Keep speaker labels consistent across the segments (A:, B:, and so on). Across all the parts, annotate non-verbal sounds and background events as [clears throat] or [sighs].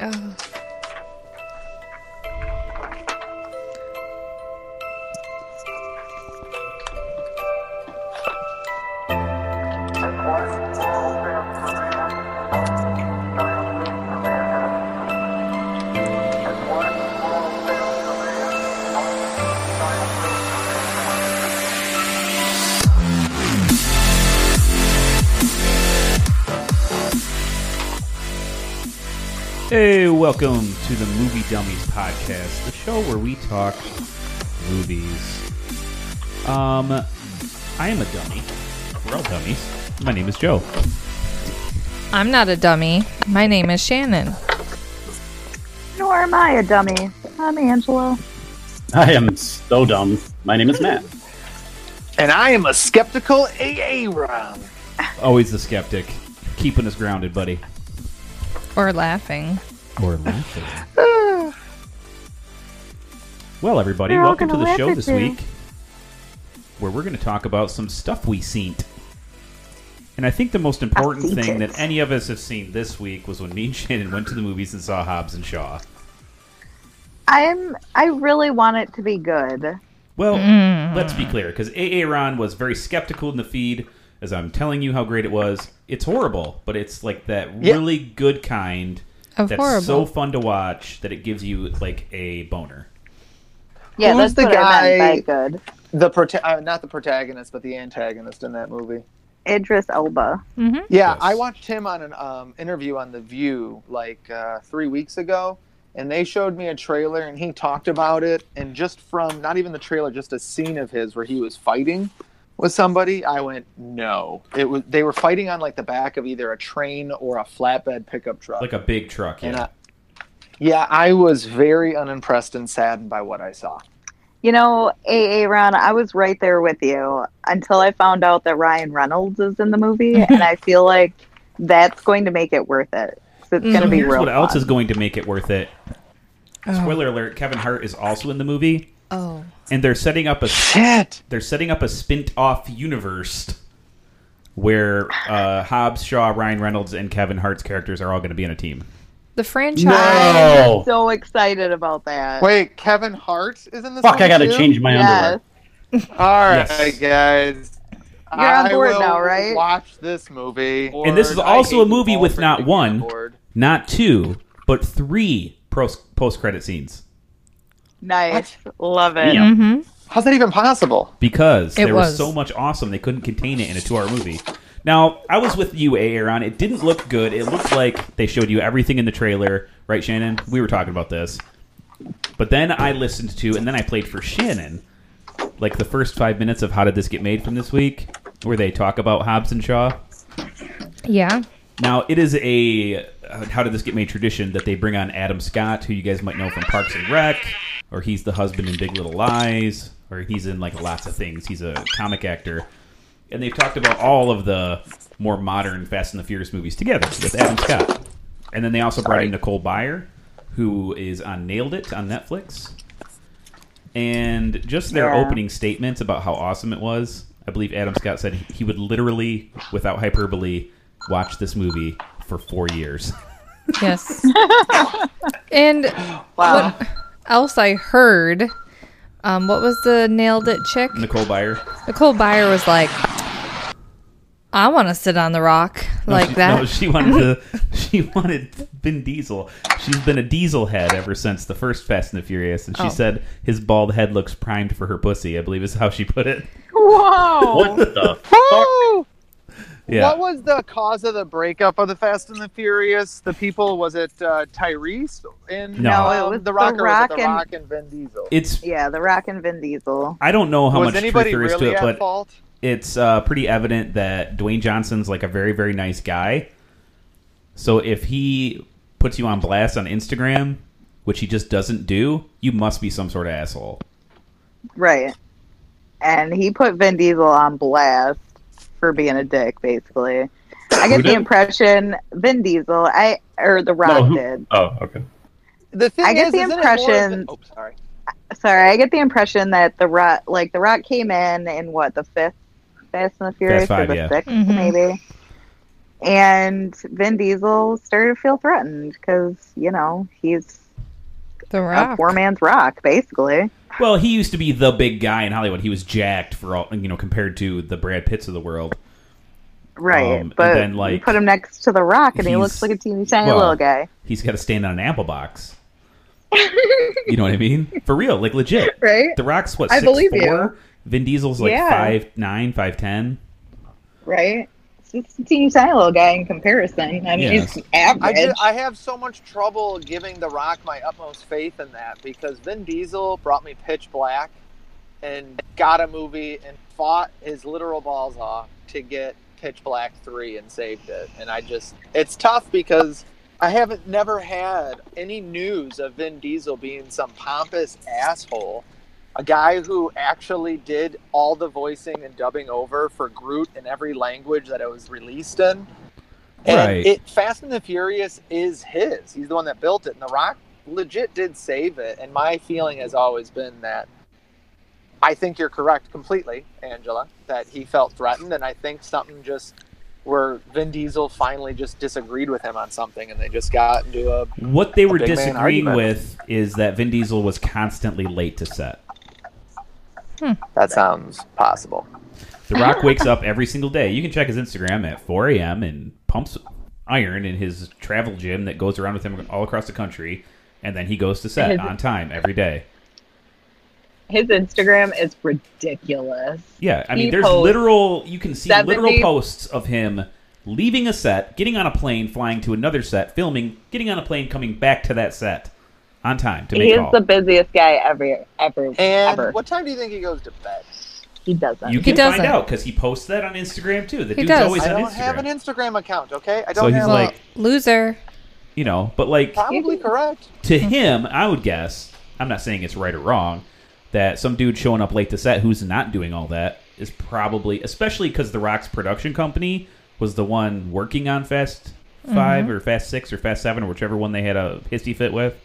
A: oh.
B: Hey, welcome to the Movie Dummies podcast, the show where we talk movies. Um, I am a dummy. We're all dummies. My name is Joe.
A: I'm not a dummy. My name is Shannon.
C: Nor am I a dummy. I'm Angela.
D: I am so dumb. My name is Matt.
E: And I am a skeptical AA Ron.
B: Always the skeptic, keeping us grounded, buddy.
A: Or laughing.
B: Or laughing. [sighs] well, everybody,
C: They're all
B: welcome to
C: gonna
B: the
C: laugh
B: show
C: at
B: this
C: you.
B: week, where we're going to talk about some stuff we seen. And I think the most important
C: seen
B: thing
C: it.
B: that any of us have seen this week was when me and Shannon went to the movies and saw Hobbs and Shaw.
C: I'm. I really want it to be good.
B: Well,
C: Mm.
B: let's be clear, because AA Ron was very skeptical in the feed as I'm telling you how great it was. It's horrible, but it's like that
E: Yeah.
B: really good kind
A: Of
B: that's
A: horrible.
B: so fun to watch that it gives you like a boner.
C: Yeah, that's
E: Who's the
C: what I meant by good.
E: The prota- uh, not the protagonist, but the antagonist in that movie.
C: Idris Elba.
E: Yeah,
B: Yes.
E: I watched him on an um, interview on The View like uh, three weeks ago, and they showed me a trailer, and he talked about it. And just from not even the trailer, just a scene of his where he was fighting with somebody, I went, no. It was they were fighting on like the back of either a train or a flatbed pickup truck.
B: Like a big truck.
E: and
B: Yeah.
E: I, yeah, I was very unimpressed and saddened by what I saw.
C: You know, AA Ron, I was right there with you until I found out that Ryan Reynolds is in the [laughs] movie, and I feel like that's going to make it worth it. 'Cause It's going to
B: So
C: be
B: here's
C: real.
B: what else
C: fun.
B: is going to make it worth it.
A: Oh.
B: Spoiler alert, Kevin Hart is also in the movie
A: oh.
B: and they're setting up a
E: Shit.
B: they're setting up a spint off universe where uh, Hobbs, Shaw, Ryan Reynolds, and Kevin Hart's characters are all going to be in a team.
A: The franchise.
D: No!
C: So excited about that.
E: Wait, Kevin Hart is in this.
D: Fuck,
E: one
D: I gotta
E: too?
D: change my
C: yes.
D: underwear.
E: All right,
B: Yes.
E: guys.
C: You're on
E: I
C: board
E: will
C: now, right?
E: Watch this movie.
B: And this is
E: Board.
B: also
E: I
B: a
E: hate
B: movie
E: you all
B: with
E: for
B: not
E: being
B: one.
E: bored.
B: Not two, but three post credit scenes
C: Nice. Love it.
D: Yeah.
E: How's that even possible?
B: because
A: It
B: there
A: was.
B: was so much awesome they couldn't contain it in a two hour movie. Now I was with you, Aaron. It didn't look good. It looked like they showed you everything in the trailer, right, Shannon? We were talking about this. But then I listened to, and then I played for Shannon, like the first five minutes of How Did This Get Made from this week, where they talk about Hobbs and Shaw.
A: Yeah.
B: Now it is a uh, how did this get made tradition that they bring on Adam Scott, who you guys might know from Parks and Rec, or he's the husband in Big Little Lies, or he's in like lots of things. He's a comic actor, and they've talked about all of the more modern Fast and the Furious movies together with Adam Scott, and then they also brought in Nicole Byer, who is on Nailed It on Netflix, and just their
C: Yeah.
B: opening statements about how awesome it was. I believe Adam Scott said he would literally, without hyperbole, watch this movie for four years. [laughs]
A: Yes. and
C: Wow.
A: what else I heard? Um, what was the nailed it chick?
B: Nicole Byer.
A: Nicole Byer was like, "I want to sit on the rock
B: No,
A: like
B: she,
A: that."
B: No, she wanted to. [laughs] She wanted Vin Diesel. She's been a Diesel head ever since the first Fast and the Furious, and she
A: Oh.
B: said his bald head looks primed for her pussy. I believe is how she put it.
D: [laughs] What
C: [laughs] Whoa.
D: the?
E: Woo!
B: Yeah.
E: What was the cause of the breakup of the Fast and the Furious? The people was it uh, Tyrese and
B: No. No,
C: it
E: um,
C: was
E: the
C: The
E: Rock or
C: Rock
E: was it the
C: and-
E: Rock and Vin Diesel?
B: It's.
C: yeah, The Rock and Vin Diesel.
B: I don't know how
E: was
B: much truth
E: anybody
B: there is
E: really
B: to it,
E: at
B: but
E: fault?
B: it's uh, pretty evident that Dwayne Johnson's like a very, very nice guy. So if he puts you on blast on Instagram, which he just doesn't do, you must be some sort of asshole.
C: Right. And he put Vin Diesel on blast for being a dick, basically. I
D: Who
C: get the
D: did?
C: impression Vin Diesel, I or The Rock
D: No, who-
C: did.
D: Oh, okay.
E: The thing
C: I get
E: is,
C: the
E: isn't it more of the-
C: impression-
E: oh, sorry.
C: Sorry, I get the impression that The Rock, like The Rock, came in in what the fifth Fast and the Furious
B: Fast Five,
C: or the
B: yeah.
C: sixth
A: Mhm.
C: maybe,
F: and Vin Diesel started to feel threatened because you know he's
A: The
F: a
A: Rock.
F: poor man's rock, basically.
B: Well, he used to be the big guy in Hollywood. He was jacked for all you know compared to the Brad Pitts of the world.
F: Right,
B: Um, and
F: but
B: then,
F: you
B: like,
F: put him next to the rock, and he
B: he's-
F: looks like a teeny tiny
B: well,
F: little guy.
B: He's got to stand on an apple box. you know what I mean? For real, like legit.
F: Right?
B: The Rock's what?
F: I
B: 6'4"?
F: believe you.
B: Vin Diesel's like
F: Yeah.
B: five nine, five ten.
F: Right? It's just a teeny tiny little guy in comparison. I mean,
B: Yes.
F: he's
E: I,
F: average.
E: ju- I have so much trouble giving The Rock my utmost faith in that because Vin Diesel brought me Pitch Black and got a movie and fought his literal balls off to get Pitch Black 3 and saved it. And I just, it's tough because I haven't never had any news of Vin Diesel being some pompous asshole. A guy who actually did all the voicing and dubbing over for Groot in every language that it was released in. And
B: Right.
E: it Fast and the Furious is his. He's the one that built it, and The Rock legit did save it. And my feeling has always been that I think you're correct completely, Angela, that he felt threatened, and I think something just where Vin Diesel finally just disagreed with him on something, and they just got into a
B: What they were
E: big man
B: disagreeing
E: argument.
B: with is that Vin Diesel was constantly late to set.
E: that sounds possible.
B: The Rock wakes up every single day. You can check his Instagram at 4 a.m. and pumps iron in his travel gym that goes around with him all across the country, and then he goes to set
F: His-
B: on time every day.
F: His Instagram is ridiculous.
B: Yeah, I
F: He
B: mean, there's
F: posts
B: literal. You can see
F: 70
B: literal posts of him leaving a set, getting on a plane, flying to another set, filming, getting on a plane, coming back to that set on time to
F: He
B: make
F: is
B: all.
F: the busiest guy ever, ever,
E: And
F: ever.
E: what time do you think he goes to bed?
F: He doesn't.
B: you
A: He
B: can find
A: doesn't.
B: out because he posts that on Instagram too. The
A: He
B: dude's
A: does.
B: always
E: I
B: on
E: don't
B: Instagram.
E: have an Instagram account, okay? I don't
B: so he's
E: have
B: like,
A: Loser.
B: you know, but
F: [laughs]
B: like
E: probably correct.
B: to him, I would guess. I'm not saying it's right or wrong. That some dude showing up late to set who's not doing all that is probably, especially because The Rock's production company was the one working on Fast 5
E: Mm-hmm.
B: or Fast Six or Fast Seven or whichever one they had a hissy fit with.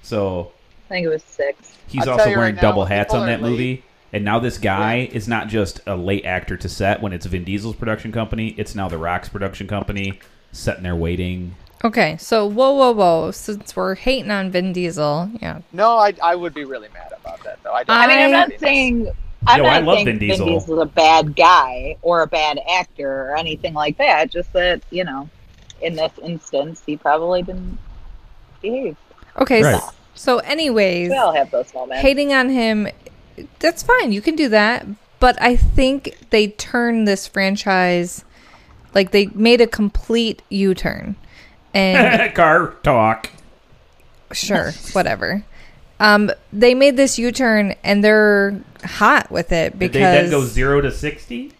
B: So
F: I think it was six.
B: he's
E: I'll
B: also
E: tell you
B: wearing
E: right now,
B: double hats
E: people
B: on
E: are
B: that
E: late.
B: movie. And now this guy is not just a late actor to set when it's Vin Diesel's production company; it's now The Rock's production company sitting there waiting. [laughs]
A: Okay, so whoa, whoa, whoa. Since we're hating on Vin Diesel, yeah.
E: No, I, I would be really mad about that though. I, don't
A: I
F: I mean, I'm not
E: think-
F: saying I'm
B: No, I
F: not
B: love
F: saying
B: Vin
F: Vin
B: Diesel.
F: Diesel. is a bad guy or a bad actor or anything like that. Just that you know, in this instance, he probably didn't behave.
A: Okay,
B: Right.
A: so, so anyways,
F: We all have those moments.
A: hating on him, that's fine. You can do that. But I think they turned this franchise, like, they made a complete U turn.
B: [laughs]
A: And
B: Car talk.
A: sure, whatever. Um, they made this U turn and they're hot with it
B: Did
A: because
B: they then go zero to sixty?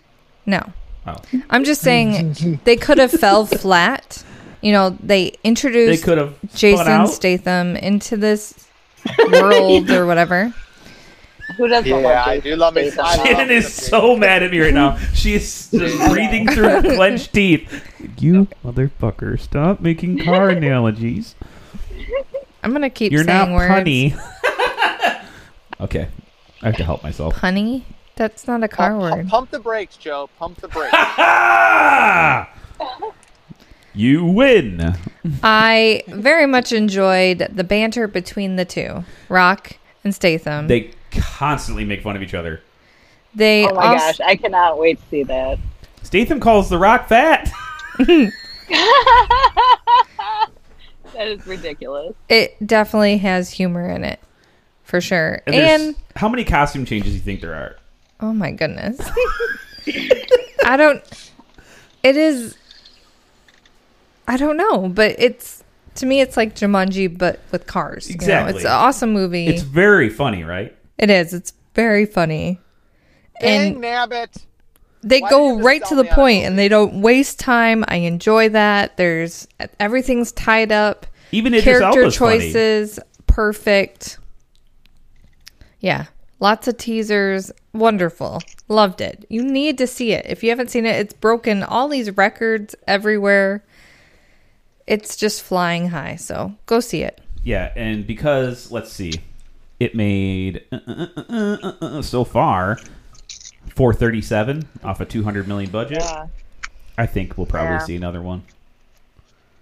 A: no.
B: Oh.
A: I'm just saying they could have fell flat. You know, they
B: They
A: introduced
B: could have spun
A: Jason
B: out.
A: Statham into this world or whatever.
F: Who doesn't
E: Yeah,
F: love
E: I
F: Jason
E: do love me.
F: Statham?
E: I love
B: Shannon
E: him.
B: is so mad at me right now. She is just breathing through clenched teeth. You motherfucker! Stop making car analogies.
A: I'm gonna keep
B: You're not
A: saying words.
B: punny. [laughs] okay, I have to help myself. [laughs]
A: [laughs] Punny? That's not a car
E: Pump-
A: word.
E: Pump the brakes, Joe. Pump
F: [laughs]
E: the brakes.
B: Ah! You win.
A: I very much enjoyed the banter between the two, Rock and Statham. They,
B: They constantly make fun of each other.
F: Oh my
A: also,
F: gosh, I cannot wait to see that.
B: Statham calls The Rock fat.
F: That is ridiculous.
A: it definitely has humor in it, for sure.
B: And, there's-
A: and
B: how many costume changes do you think there are?
A: Oh my goodness. I don't it is I don't know, but it's to me it's like Jumanji but with cars. you know?
B: Exactly.
A: It's an awesome movie.
B: It's very funny, right?
A: It is. It's very funny.
E: Dang
A: And
E: nabbit.
A: they
E: why did
A: go
E: you just
A: right to
E: sell
A: the
E: me on a
A: point and they don't waste time. I enjoy that. There's everything's tied up.
B: Even Idris
A: Character
B: Elba's funny.
A: choices perfect. Yeah. Lots of teasers. Wonderful. Loved it. You need to see it. If you haven't seen it, it's broken all these records everywhere. It's just flying high. So go see it.
B: Yeah, and because let's see, it made uh, uh, uh, uh, uh, uh, so far four thirty seven off a two hundred million budget.
F: Yeah.
B: I think we'll probably
C: Yeah.
B: see another one.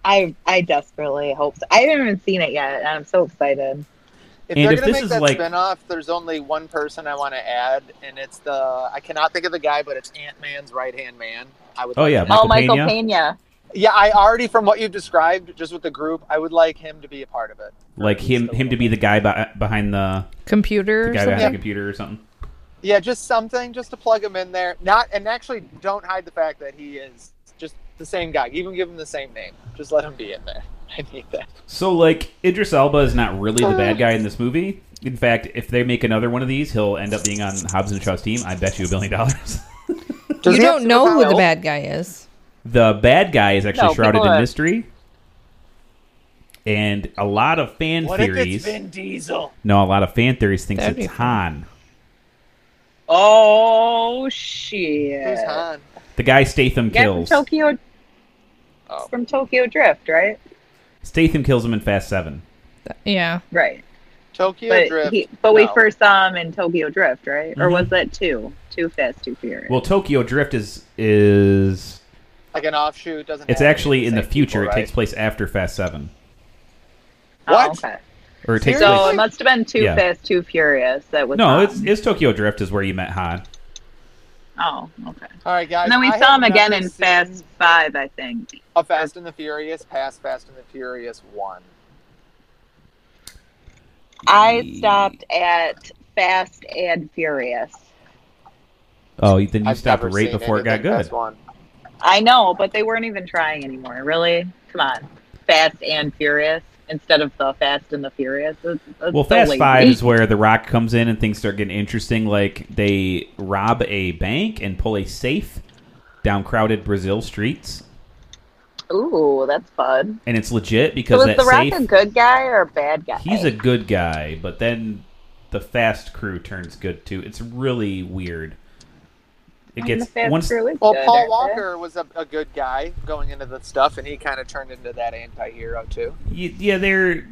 C: I I desperately hope so. I haven't even seen it yet, and I'm so excited.
E: If
B: And
E: they're
B: if
E: gonna
B: this
E: make
B: is
E: that
B: like-
E: spinoff, there's only one person I want to add, and it's the I cannot think of the guy, but it's Ant Man's right hand man. I would.
B: Oh,
E: like
B: yeah,
E: him.
B: Michael
C: oh, Michael
B: Pena?
C: Pena.
E: Yeah, I already from what you've described, just with the group, I would like him to be a part of it.
B: Like him, him to be the guy bi- behind the,
A: Computer.
B: the guy
A: or
B: behind the
A: something?
B: computer or something.
E: Yeah, just something, just to plug him in there. Not and actually, don't hide the fact that he is just the same guy. Even give him the same name. Just let him be in there. [laughs] I need that.
B: So like Idris Elba is not really the bad guy in this movie. In fact, if they make another one of these, he'll end up being on Hobbs and Shaw's team. I bet you a billion dollars. [laughs]
E: Does
A: you
E: he have
A: don't know who the
E: superpowers?
A: bad guy is.
B: the bad guy is actually
C: No,
B: shrouded
C: people
B: in
C: are-
B: mystery, and a lot of fan
E: What if
B: theories.
E: it's Vin Diesel?
B: No, a lot of fan theories thinks
A: That'd
B: it's
A: be
B: Han,
C: Oh shit!
E: Who's Han?
B: the guy Statham
C: Guy from
B: kills.
C: Tokyo
E: Oh.
C: from Tokyo Drift, right?
B: Statham kills him in Fast Seven.
A: Yeah.
C: Right.
E: Tokyo
C: but
E: Drift.
C: he, but we
E: No.
C: first saw him in Tokyo Drift, right? Or
B: Mhm.
C: was that two? Too Fast, Too Furious.
B: Well, Tokyo Drift is is
E: like an offshoot. Doesn't.
B: it's
E: have any
B: actually in the
E: same
B: future.
E: people,
B: It takes
E: right?
B: place after Fast Seven,
C: Oh,
E: what?
C: okay.
B: or it takes
E: Seriously?
C: So
B: place.
C: it must have been Too
B: Yeah.
C: Fast, Too Furious. That was
B: No,
C: on.
B: it's, it's Tokyo Drift is where you met Han.
C: oh okay.
E: All right, guys.
C: And then we
E: I
C: saw
E: have
C: him again
E: never
C: in
E: seen
C: Fast Five, I think.
E: A Fast and the Furious, past Fast and the Furious one.
C: I stopped at Fast and Furious.
B: Oh, then you
E: I've
B: stopped
E: never
B: right
E: seen
B: before it got
E: anything
B: good.
E: past One.
C: I know, but they weren't even trying anymore. Really? Come on, Fast and Furious instead of the Fast and the Furious. It's, it's
B: Well,
C: so
B: Fast
C: lazy.
B: Five is where The Rock comes in and things start getting interesting. Like they rob a bank and pull a safe down crowded Brazil streets,
C: Ooh, that's fun.
B: and it's legit
C: So
B: because
C: was
B: that
C: the Rock
B: safe.
C: a good guy or a bad guy?
B: He's a good guy, but then the fast crew turns good too. It's really weird. It
C: And the
B: gets
C: Fast
B: once
C: Crew is
E: Well,
C: good,
E: Paul
C: aren't they?
E: Walker was a, a good guy going into the stuff, and he kind of turned into that anti-hero too.
B: y- yeah they're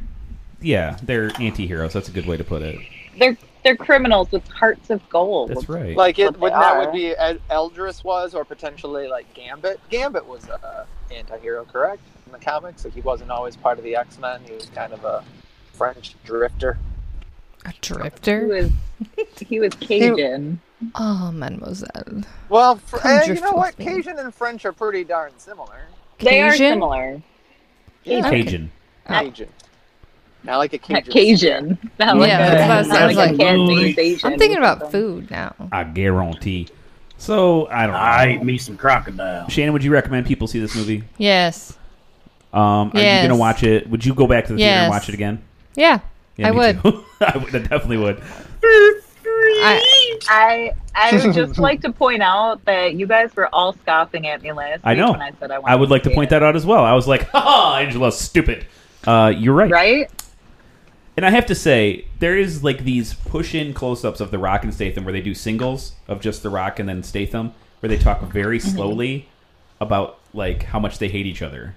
B: yeah they're anti-heroes. That's a good way to put it.
C: They're they're criminals with hearts of gold.
B: That's right.
E: Like it
C: But they
E: wouldn't that would
C: are.
E: be Ed- Eldris was, or potentially like Gambit. Gambit was a anti-hero, correct? In the comics, like he wasn't always part of the X-Men. He was kind of a French drifter.
A: A
C: He
A: drifter.
C: was
A: [laughs]
C: he was Cajun.
A: Oh, mademoiselle.
E: Well, fr-
A: Come
E: eh, you
A: drift
E: know what?
A: with me.
E: Cajun and French are pretty darn similar.
C: They are
A: Cajun?
C: similar.
E: Yeah.
B: Cajun.
A: Oh.
E: Cajun. Not like a
C: Not
E: Cajun.
C: Cajun. Not like
A: Yeah,
C: a-
A: that's what I
C: not
A: was
C: like a
A: like-
C: Cantonese Asian
A: I'm thinking
C: or
A: about
C: something.
A: food now.
B: I guarantee. So I don't know.
G: I ate me some crocodile.
B: Shannon, would you recommend people see this movie?
A: Yes.
B: Um, Are
A: Yes.
B: you gonna watch it? Would you go back to the theater and
A: Yes.
B: watch it again?
A: Yeah. I
B: me
A: would.
B: too. [laughs] I would. I definitely would.
A: I,
C: I I
B: [laughs]
C: would just like to point out that you guys were all scoffing at me last
B: I
C: week
B: know.
C: when I said I wanted
B: I would like to
C: see
B: point
C: it.
B: that out as well. I was like, [laughs] "Ha ha, Angela's stupid." Uh, you're right.
C: right.
B: And I have to say, there is like these push-in close-ups of The Rock and Statham where they do singles of just The Rock and then Statham, where they talk very slowly about like how much they hate each other.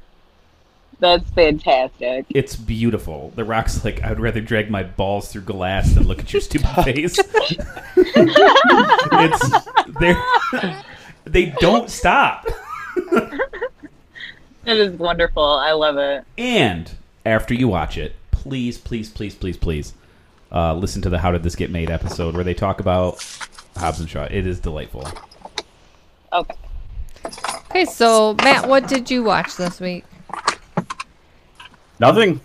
C: That's fantastic.
B: It's beautiful. The Rock's like, "I'd rather drag my balls through glass than look at your stupid face." [laughs] it's they [laughs] they don't stop.
C: It is wonderful. I love it.
B: And after you watch it, please, please, please, please, please uh, listen to the How Did This Get Made episode where they talk about Hobbs and Shaw. It is delightful.
C: Okay.
A: okay, so Matt, what did you watch this week?
G: Nothing.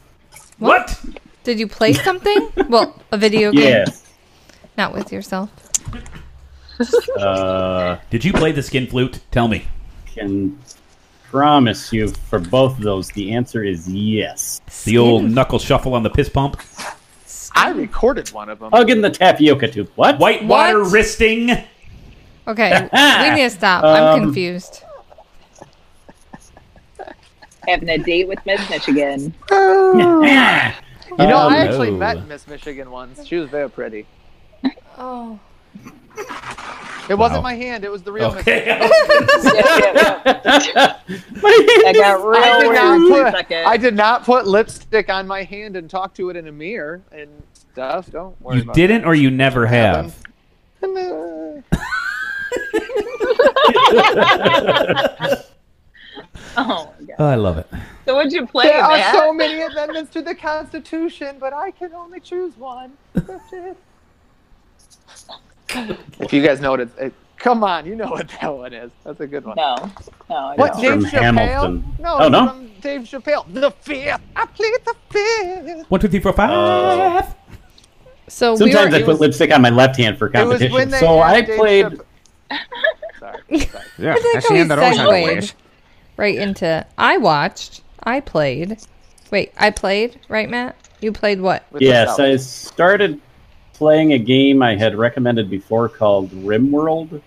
B: What?
A: Did you
G: [laughs]
A: play something? well, a video game.
G: Yeah.
A: Not with yourself.
G: Uh,
B: Did you play the skin flute? Tell me.
G: can promise you for both of those, the answer is yes.
B: The old knuckle shuffle on the piss pump.
E: I recorded one of them.
G: Hug in the tapioca tube. What?
B: White
A: What?
B: water wristing.
A: Okay, we need to stop. I'm
G: Um,
A: confused.
C: Having a date with Miss
E: [laughs]
C: Michigan.
E: [laughs]
C: [laughs]
E: You know, I
B: Oh,
E: actually
B: no.
E: met Miss Michigan once. She was very pretty.
A: Oh.
E: It wasn't
B: Wow.
E: my hand. It was the real. Miss
B: Okay. [laughs]
C: Yeah, yeah, yeah. [laughs] I got real
E: I did,
C: weird for a
E: not put,
C: second.
E: I did not put lipstick on my hand and talk to it in a mirror and stuff. Don't worry
B: you
E: about
B: didn't or you never have?
E: it.
C: Oh, my God.
B: I love it.
C: so what'd you play,
E: There are
C: Matt? [laughs]
E: so many amendments to the Constitution, but I can only choose one. That's it. if you guys know what it's, it, come on, you know what that one is. That's a good one.
C: no, no. I
E: What
C: don't.
E: Dave
G: From
E: Chappelle?
G: Hamilton.
E: No,
G: Oh, no?
E: from Dave Chappelle. The Fifth. I plead the Fifth.
B: One, two, three, four, five.
E: Uh,
G: Oh.
A: So we
G: Sometimes
A: were,
G: I put lipstick on my left hand for
E: It was
G: competition.
E: when they
G: so
E: had
G: I
E: Dave
G: played.
E: Chapp- Sorry, sorry.
H: Yeah,
A: I think
H: that's the
A: we
H: end of those
A: segued.
H: anyways.
A: right into I watched, I played. Wait, I played, right, Matt? You played what?
E: With
G: Yes,
E: the
G: I started playing a game I had recommended before called Rimworld.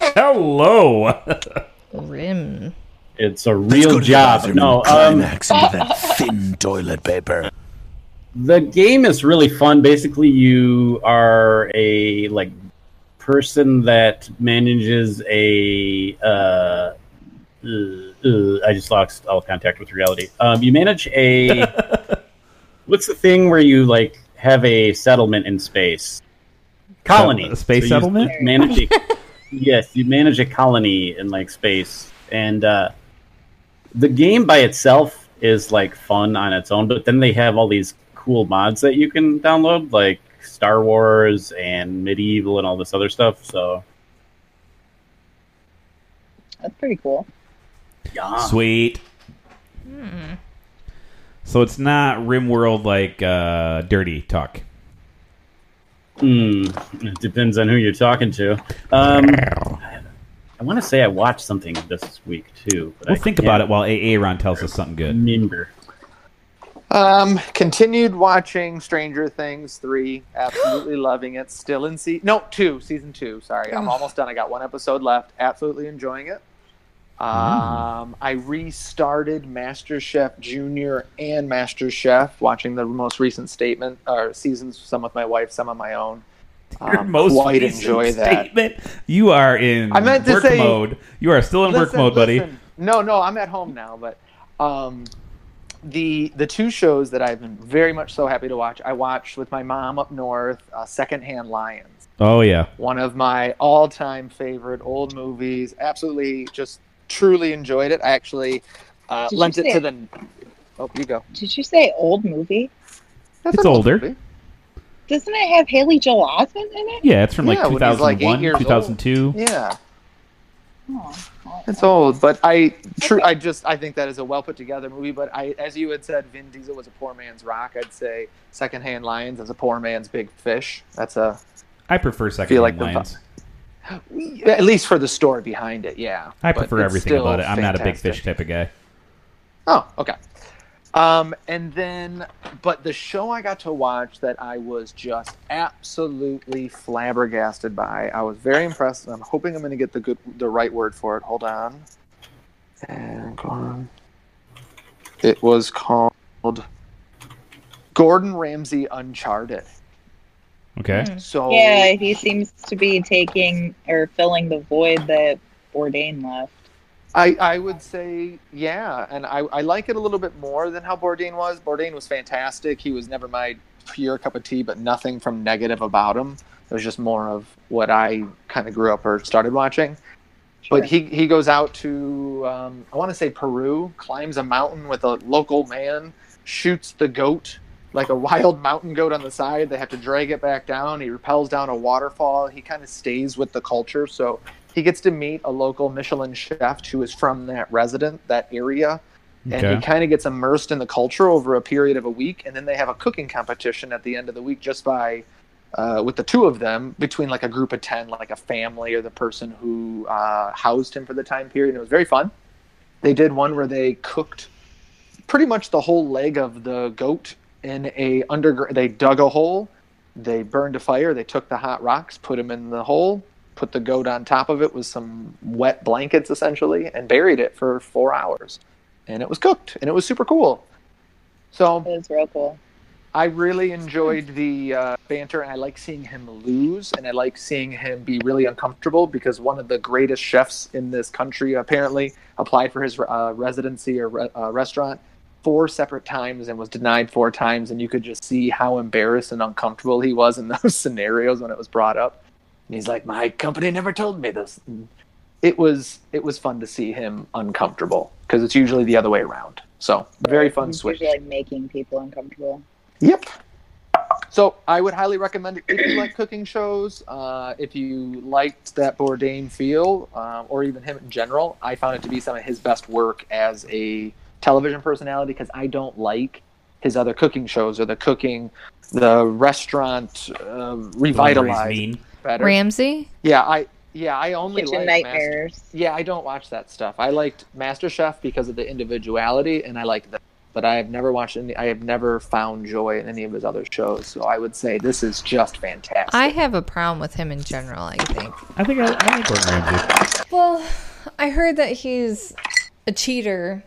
B: Hello. [laughs]
A: Rim.
G: It's a
I: Let's
G: real
I: go to the
G: job.
I: bathroom
G: No,
I: and
G: um,
I: climax into that thin toilet paper.
G: the game is really fun. Basically, you are a like person that manages a. Uh, uh, uh, I just lost all contact with reality. Um, you manage a.
B: [laughs]
G: what's the thing where you like have a settlement in space? Colony,
B: A space
G: you
B: settlement? [laughs]
G: Manage a, yes, you manage a colony in like space, and uh, the game by itself is like fun on its own. But then they have all these cool mods that you can download, like Star Wars and medieval and all this other stuff. So
C: That's pretty cool.
G: yeah,
B: Sweet. So it's not RimWorld like uh, dirty talk.
G: Hmm, it depends on who you're talking to. Um, I want to say I watched something this week too. But
B: We'll
G: I
B: think
G: can't
B: about it while Aaron tells us something good.
G: Remember.
E: Um, continued watching Stranger Things three, absolutely [gasps] loving it. Still in season no two, season two. Sorry, I'm
A: Ugh.
E: almost done. I got one episode left. Absolutely enjoying it. Um, I restarted MasterChef Junior and MasterChef, watching the most recent statement or seasons. Some with my wife, some on my own.
B: Your
E: Um,
B: most
E: quite
B: recent
E: enjoy that.
B: statement. You are in
E: I meant to
B: work
E: say-
B: mode. You are still in work
E: Listen,
B: mode, buddy.
E: listen. No, no, I'm at home now, but um, the the two shows that I've been very much so happy to watch. I watched with my mom up north, uh, Secondhand Lions,
B: Oh yeah.
E: one of my all time favorite old movies. Absolutely, just truly enjoyed it. I actually uh,
C: Did you
E: lent it
C: say-
E: to the. Oh, you go.
C: Did you say old movie?
E: That's
B: It's
E: an old
B: older.
E: movie.
C: Doesn't it have Haley Joel Osment in it?
B: Yeah, it's from like
E: Yeah, when he's, like,
B: 2001,
E: eight years old.
B: 2002.
E: Yeah.
C: Oh, well,
E: It's old, but I true. I just I think that is a well put together movie. But I, as you had said, Vin Diesel was a poor man's Rock. I'd say Secondhand Lions is a poor man's Big Fish. That's a
B: I prefer second
E: Feel like the-
B: lines.
E: at least for the story behind it. Yeah,
B: I
E: But
B: prefer
E: it's
B: everything
E: still
B: about it. I'm not a big
E: fantastic.
B: fish type of guy.
E: Oh, okay. Um, and then, but the show I got to watch that I was just absolutely flabbergasted by. I was very impressed, and I'm hoping I'm going to get the good, the right word for it. Hold on. And go on. It was called Gordon Ramsay Uncharted.
B: Okay.
A: Mm.
E: So
C: Yeah, he seems to be taking or filling the void that Bourdain left.
E: I, I would say yeah, and I, I like it a little bit more than how Bourdain was. Bourdain was fantastic. He was never my pure cup of tea, but nothing from negative about him. It was just more of what I kind of grew up or started watching.
C: Sure.
E: But he, he goes out to um, I want to say Peru, climbs a mountain with a local man, shoots the goat like a wild [laughs] mountain goat on the side. They have to drag it back down. He repels down a waterfall. He kind of stays with the culture, so he gets to meet a local Michelin chef who is from that resident, that area, and
B: Okay.
E: he kind of gets immersed in the culture over a period of a week. And then they have a cooking competition at the end of the week, just by uh, with the two of them between like a group of ten, like a family or the person who uh, housed him for the time period. And it was very fun. They did one where they cooked pretty much the whole leg of the goat in a underground. They dug a hole, they burned a fire, they took the hot rocks, put them in the hole, put the goat on top of it with some wet blankets essentially, and buried it for four hours, and it was cooked, and it was super cool. So
C: It was real cool.
E: I really enjoyed the uh, banter, and I like seeing him lose, and I like seeing him be really uncomfortable because one of the greatest chefs in this country apparently applied for his uh, residency or re- uh, restaurant four separate times and was denied four times, and you could just see how embarrassed and uncomfortable he [laughs] was in those scenarios when it was brought up. And he's like, "My company never told me this." And it was it was fun to see him uncomfortable because it's usually the other way around. So very fun
C: He's
E: switch.
C: usually making people uncomfortable.
E: Yep. So I would highly recommend it if you like cooking shows. Uh, if you liked that Bourdain feel, um, or even him in general, I found it to be some of his best work as a television personality because I don't like his other cooking shows or the cooking, the restaurant uh, revitalized
B: Mean.
E: better.
A: Ramsey?
E: yeah, I yeah I only
C: Kitchen
E: like Master-
C: nightmares.
E: yeah, I don't watch that stuff. I liked MasterChef because of the individuality, and I liked that. But I have never watched any. I have never found joy in any of his other shows. So I would say this is just fantastic.
A: I have a problem with him in general, I think.
B: I think I, I like Gordon Ramsay.
A: Well, I heard that he's a cheater.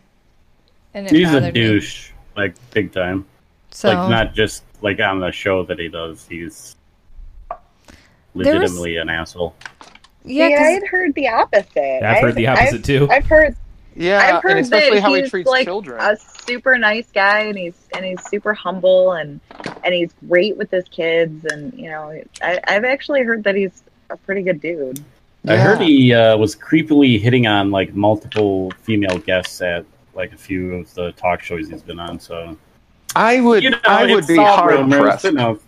A: And it
G: He's a
A: bothered me.
G: douche, like big time.
A: So
G: Like not just like on the show that he does. He's
A: There was-
G: legitimately an asshole.
A: yeah,
C: See,
A: 'cause-
C: I had heard the opposite.
B: I've heard the
C: I'd-
B: opposite too.
C: I've, I've heard,
E: yeah,
C: I've heard
E: and especially
C: that
E: how he
C: he's
E: treats
C: like
E: children.
C: a super nice guy, and he's and he's super humble, and and he's great with his kids, and you know, I, I've actually heard that he's a pretty good dude.
G: I heard
E: Yeah.
G: he uh, was creepily hitting on like multiple female guests at like a few of the talk shows he's been on. So
E: I would.
G: You know,
E: I would
G: it's
E: be
G: all
E: hard
G: rumors,
E: impressed.
G: you know.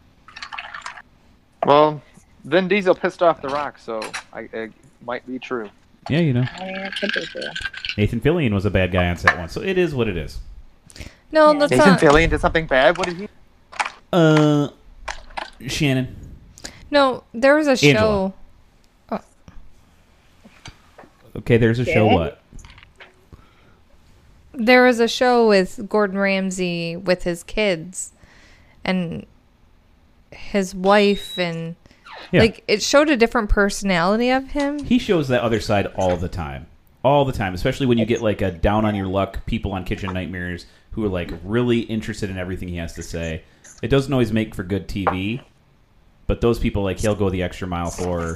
E: Well, Vin Diesel pissed off The Rock, so I, it might be true.
B: Yeah, you know.
C: I mean, it could be true.
B: Nathan Fillion was a bad guy on set once, so it is what it is.
A: no,
C: Yeah.
A: let's
E: Nathan
A: not.
E: Fillion did something bad. What did he?
B: Uh, Shannon.
A: No, there was a show.
B: Angela. Okay, there's a show.
C: Yeah.
B: What?
A: There was a show with Gordon Ramsay with his kids and his wife and
B: Yeah.
A: like it showed a different personality of him.
B: He shows that other side all the time, all the time. Especially when you get like a down on your luck people on Kitchen Nightmares who are like really interested in everything he has to say. It doesn't always make for good TV, but those people like he'll go the extra mile for.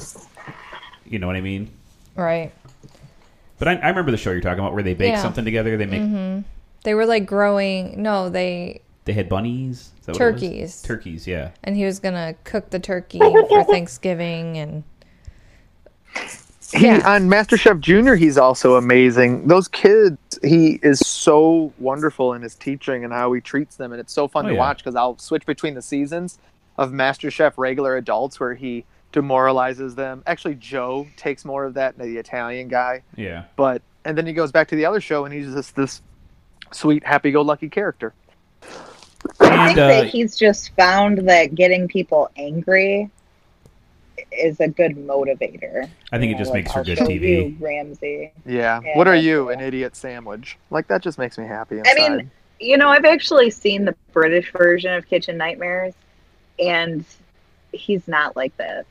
B: You know what I mean?
A: Right.
B: But I, I remember the show you're talking about where they bake
A: Yeah.
B: something together. They make
A: They were like growing no, they
B: they had bunnies, Is that what it was?
A: Turkeys.
B: turkeys. Yeah,
A: and he was gonna cook the turkey for Thanksgiving and
E: he
A: Yeah.
E: on MasterChef Junior, he's also amazing. Those kids, he is so wonderful in his teaching and how he treats them, and it's so fun
B: Oh,
E: to
B: yeah.
E: watch because I'll switch between the seasons of MasterChef regular adults where he demoralizes them. Actually, Joe takes more of that, the Italian guy,
B: yeah.
E: but and then he goes back to the other show and he's just this sweet, happy-go-lucky character.
C: I
B: And
C: think
B: uh,
C: that he's just found that getting people angry is a good motivator.
B: I think
C: You
B: it just
C: know, like,
B: makes for
C: I'll
B: good
C: show
B: TV.
C: you, Ramsey.
E: Yeah.
C: Yeah,
E: what are
C: that's
E: you,
C: cool.
E: an idiot sandwich? Like that just makes me happy. Inside.
C: I mean, You know, I've actually seen the British version of Kitchen Nightmares, and he's not like that.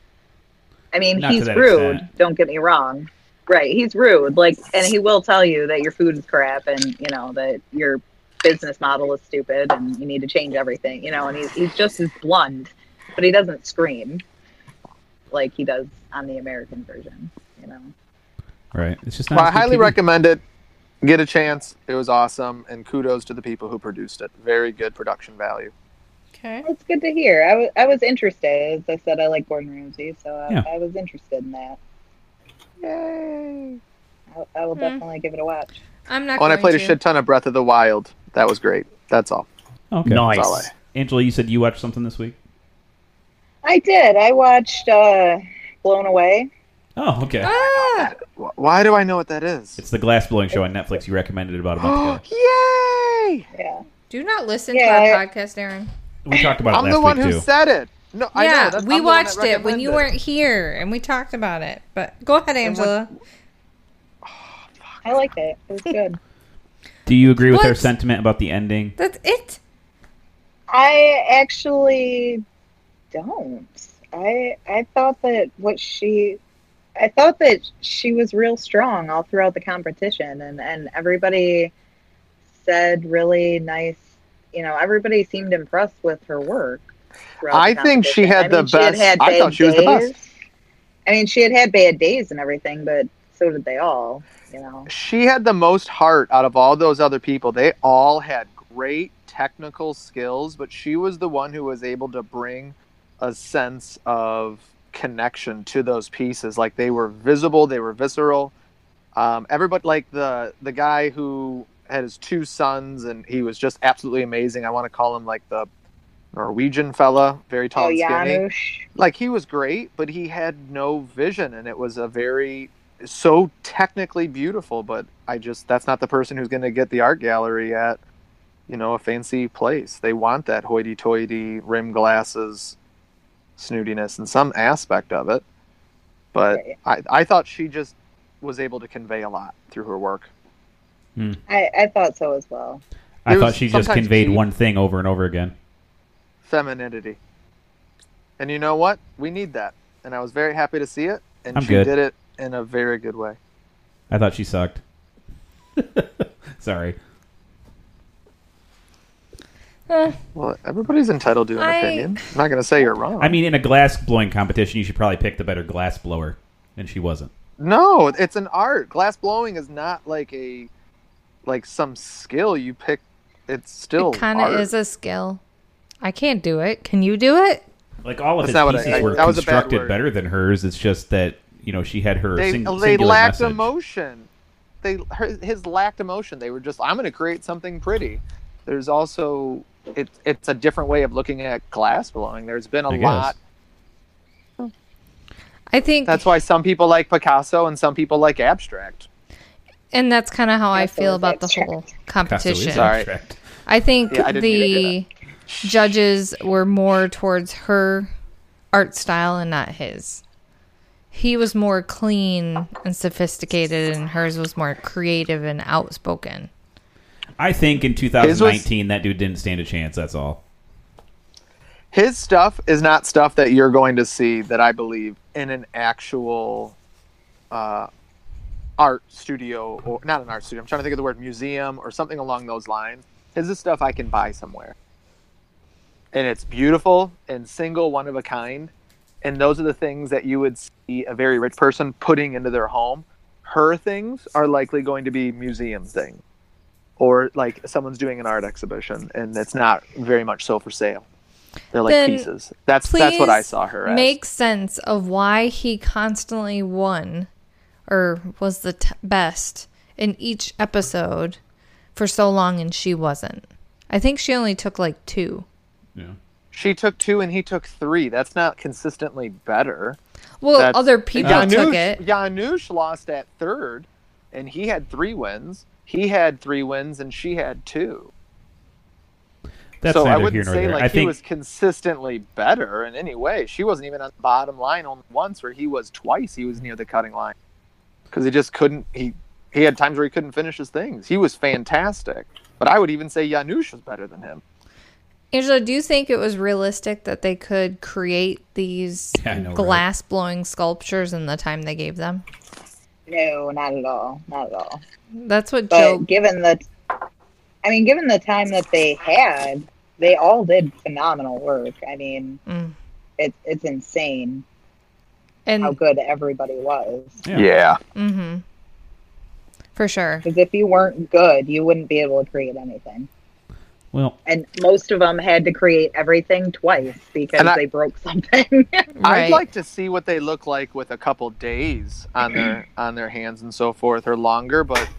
C: I mean,
B: Not to
C: he's
B: that
C: rude.
B: extent.
C: Don't get me wrong. Right, he's rude. Like, and he will tell you that your food is crap, and you know that your business model is stupid, and you need to change everything. You know, and he's he's just as blunt, but he doesn't scream like he does on the American version. You know,
B: Right. It's just not.
E: well, I
B: as good
E: highly
B: TV.
E: recommend it. Get a chance. It was awesome, and kudos to the people who produced it. Very good production value.
A: Okay.
C: it's good to hear. I wa- I was interested. As I said, I like Gordon Ramsay, so I,
B: Yeah.
C: I was interested in that.
E: Yay!
C: I, I will
A: Hmm.
C: definitely give it a watch.
A: I'm not
E: When Oh, I
A: going
E: played a
A: to.
E: shit ton of Breath of the Wild, that was great. That's all.
B: Okay.
G: Nice.
E: That's all I-
B: Angela, you said you watched something this week.
C: I did. I watched uh, Blown Away.
B: Oh, okay.
A: Ah!
E: Wh- Why do I know what that is?
B: It's the glass blowing show on Netflix. You recommended it about a month ago.
E: [gasps] Yay!
C: Yeah.
A: Do not listen to
C: Yeah,
A: our podcast, Aaron.
B: [gasps] We talked about
E: I'm
B: it
E: the
B: last
E: one
B: week
E: who
B: too.
E: said it. No, I know.
A: yeah,
E: That's-
A: we
E: I'm the one that
A: watched it when you
E: recommended
A: weren't here, and we talked about it. But go ahead,
E: And what-
A: Angela.
C: I liked it. It was good.
B: Do you agree with
A: What?
B: her sentiment about the ending?
A: That's it.
C: I actually don't. I I thought that what she I thought that she was real strong all throughout the competition and and everybody said really nice, you know, everybody seemed impressed with her work. throughout the
E: I think she
C: competition.
E: had the best- I
C: bad
E: thought she was the best.
C: days. I mean, she had had bad days and everything, but so did they all, you know.
E: She had the most heart out of all those other people. They all had great technical skills, but she was the one who was able to bring a sense of connection to those pieces. Like they were visible, they were visceral, Um, everybody like the the guy who had his two sons and he was just absolutely amazing. I want to call him like the Norwegian fella, very tall
C: Oh,
E: and skinny
C: Janusz.
E: like he was great, but he had no vision, and it was a very so technically beautiful. But I just that's not the person who's going to get the art gallery at you know a fancy place. They want that hoity-toity rim glasses snootiness in some aspect of it. But I, I thought she just was able to convey a lot through her work.
C: I, I thought so as well.
B: I
E: There
B: thought
E: was
B: she just
E: sometimes
B: conveyed
E: she-
B: one thing over and over again.
E: femininity. And you know what? We need that. And I was very happy to see it. And
B: I'm
E: she
B: good.
E: did it in a very good way.
B: I thought she sucked. [laughs] Sorry.
E: Well, everybody's entitled to an
A: I-
E: opinion. I'm not going to say you're wrong.
B: I mean, in a glass blowing competition, you should probably pick the better glass blower, and she wasn't.
E: no, it's an art. Glass blowing is not like a like some skill you pick. It's still
A: it kind of
E: art.
A: is a skill. I can't do it. Can you do it?
B: Like all of
E: That's not what I-
B: his pieces
E: I-
B: were
E: that was a bad
B: constructed
E: word.
B: better than hers. It's just that you know she had her
E: They
B: sing-
E: they
B: singular
E: lacked
B: message.
E: emotion. They her, his lacked emotion. They were just I'm going to create something pretty. There's also it, it's a different way of looking at glass blowing. There's been a
B: I guess.
E: lot
A: I think
E: That's why some people like Picasso and some people like abstract.
A: and that's kind of how I
C: Picasso
A: feel
C: is
A: about the
C: abstract.
A: whole
B: Picasso is
A: competition.
E: Sorry.
B: abstract.
A: I think
E: Yeah, I didn't
A: the
E: mean
A: judges were more towards her art style and not his. He was more clean and sophisticated, and hers was more creative and outspoken.
B: I think in 2019 that dude didn't stand a chance. That's all.
E: His stuff is not stuff that you're going to see that I believe in an actual uh, art studio or not an art studio. I'm trying to think of the word museum or something along those lines. His is stuff I can buy somewhere. And it's beautiful and single, one of a kind. And those are the things that you would see a very rich person putting into their home. Her things are likely going to be museum things. or like someone's doing an art exhibition and it's not very much so for sale. They're like
A: Then
E: pieces. That's that's what I saw her as.
A: make sense of why he constantly won or was the t- best in each episode for so long and she wasn't. I think she only took like two.
B: Yeah.
E: she took two and he took three. That's not consistently better.
A: Well,
E: That's-
A: other people
E: Janusz,
A: took it.
E: Janusz lost at third and he had three wins. He had three wins and she had two.
B: That's
E: so I
B: neither here
E: wouldn't
B: nor
E: say
B: there.
E: like
B: I
E: he
B: think
E: was consistently better in any way. She wasn't even on the bottom line only once, where he was twice. He was near the cutting line because he just couldn't. He he had times where he couldn't finish his things. He was fantastic, but I would even say Yanush was better than him.
A: Angela, do you think it was realistic that they could create these
B: Yeah, I know, right?
A: glass blowing sculptures in the time they gave them?
C: No, not at all. Not at all.
A: That's what
C: But
A: Joe
C: given the, I mean, given the time that they had, they all did phenomenal work. I mean,
A: Mm.
C: it, it's insane how
A: and
C: good everybody was.
B: Yeah.
A: mhm. For sure.
C: Because if you weren't good, you wouldn't be able to create anything.
B: well,
C: And most of them had to create everything twice because
E: And I-
C: they broke [laughs] something.
A: Right.
E: I'd like to see what they look like with a couple days on [clears throat] their on their hands and so forth, or longer. But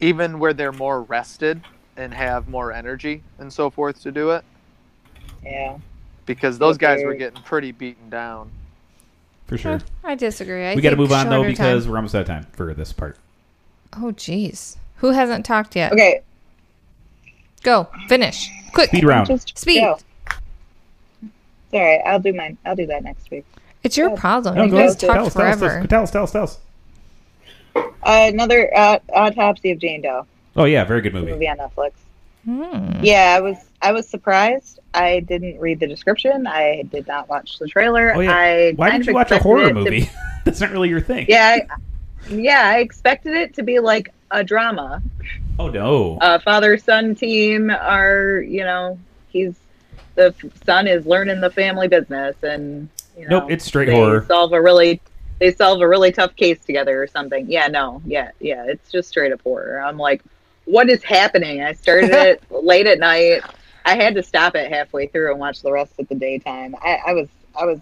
E: even where they're more rested and have more energy and so forth to do it,
C: yeah.
E: because those guys were
C: Okay.
E: getting pretty beaten down.
B: for sure.
A: I disagree. I
B: we got to
A: think
B: move on though
A: shorter time-
B: because we're almost out of time for this part.
A: Oh, jeez. Who hasn't talked yet?
C: Okay.
A: Go. Finish. Quick.
B: Speed round.
C: Just
A: Speed.
C: go. It's all right. I'll do mine. I'll do that next week.
A: It's your problem.
B: No,
A: you
B: go
A: guys
B: ahead. Tell
A: talk
B: us, tell us, tell
A: forever.
B: us, tell us, tell us, tell us.
C: Uh, another uh, autopsy of Jane Doe
B: Oh yeah, very good movie.
C: movie on Netflix.
A: Hmm.
C: Yeah, I was I was surprised. I didn't read the description. I did not watch the trailer.
B: Oh, yeah.
C: I
B: Why
C: kind
B: did
C: of
B: you watch a
C: expected
B: horror
C: it to-
B: movie? [laughs] That's not really your thing.
C: yeah, I, yeah, I expected it to be like a drama.
B: Oh no.
C: Uh, Father son team are you know he's the f- son is learning the family business and you know
B: nope, it's straight
C: they
B: horror.
C: solve a really they solve a really tough case together or something. Yeah, no, yeah, yeah, it's just straight up horror. I'm like, what is happening? I started
B: [laughs]
C: it late at night. I had to stop it halfway through and watch the rest at the daytime. I, I was I was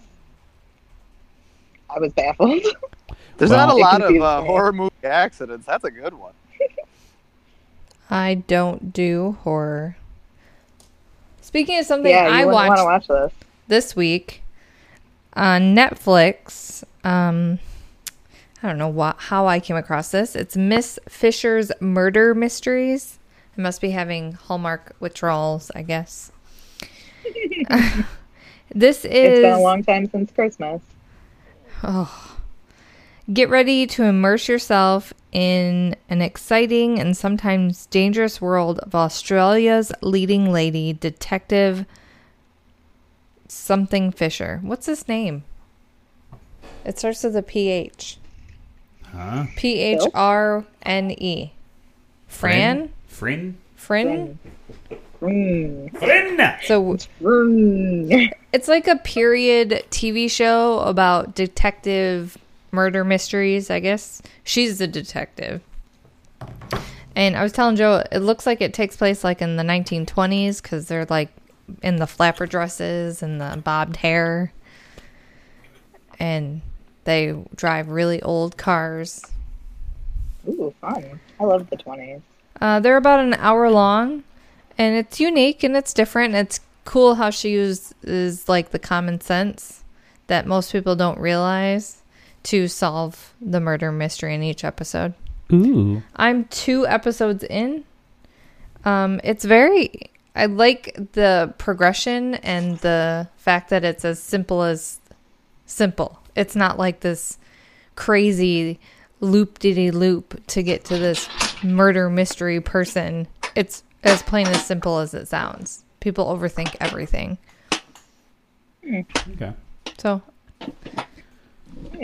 C: I was baffled.
E: There's
G: Well-
E: not a
C: It
E: lot of
C: confused
E: uh,
C: me.
E: horror movie accidents. That's a good one.
A: I don't do horror. Speaking of something
C: [laughs] yeah,
A: I
C: you want
A: watched
C: to watch this.
A: this week on Netflix, um, I don't know wha- how I came across this. It's Miss Fisher's Murder Mysteries. I must be having Hallmark withdrawals, I
C: [laughs]
A: guess. [laughs] this
C: It's
A: is
C: been a long time since Christmas.
A: Get ready to immerse yourself in an exciting and sometimes dangerous world of Australia's leading lady, Detective Something Fisher. What's his name? It starts with a PH.
B: Huh?
A: P H R N E. Fran?
B: Frin?
A: Frin?
C: Mm.
B: Frin!
A: So
C: Mm.
A: It's like a period TV show about detective murder mysteries, I guess. She's the detective. And I was telling Joe, it looks like it takes place like in the 1920s because they're like in the flapper dresses and the bobbed hair. And they drive really old cars.
C: Ooh, fun. I love the twenties.
A: Uh, they're about an hour long, and it's unique and it's different. It's cool how she uses like the common sense that most people don't realize to solve the murder mystery in each episode.
B: Ooh.
A: I'm two episodes in. Um, it's very. I like the progression and the fact that it's as simple as simple. It's not like this crazy loop diddy loop to get to this murder mystery person. It's as plain as simple as it sounds. People overthink everything.
B: Okay.
A: So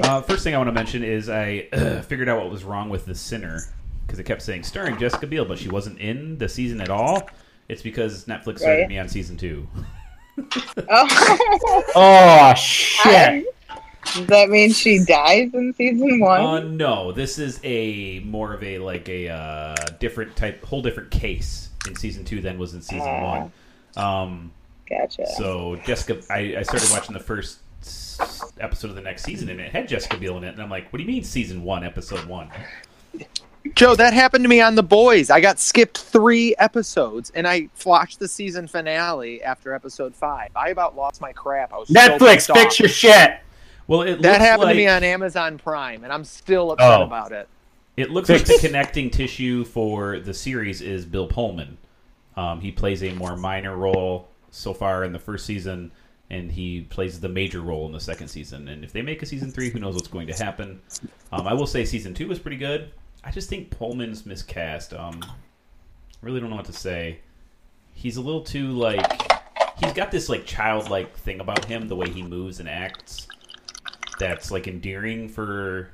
B: Uh, first thing I want to mention is I uh, figured out what was wrong with The Sinner because it kept saying starring Jessica Biel, but she wasn't in the season at all. It's because Netflix started
C: Right.
B: me on season two.
C: Oh, [laughs]
G: Oh shit!
C: does that mean she dies in season one?
B: Uh, no, this is a more of a like a uh, different type, whole different case in season two than was in season
C: Ah.
B: one. Um,
C: gotcha.
B: so Jessica, I, I started watching the first s- episode of the next season, and it had Jessica Biel in it, and I'm like, what do you mean season one, episode one?
E: Joe, that happened to me on The Boys. I got skipped three episodes, and I watched the season finale after episode five. I about lost my crap. I was so
G: Netflix,
E: pissed
G: fix
E: off.
G: your shit.
B: Well, it looks
E: That happened
B: like,
E: to me on Amazon Prime, and I'm still upset
G: Oh.
E: about it.
B: It looks like the connecting tissue for the series is Bill Pullman. Um, he plays a more minor role so far in the first season, and he plays the major role in the second season. And if they make a season three, who knows what's going to happen? Um, I will say season two was pretty good. I just think Pullman's miscast. Um, really don't know what to say. He's a little too like he's got this like childlike thing about him, the way he moves and acts. That's like endearing for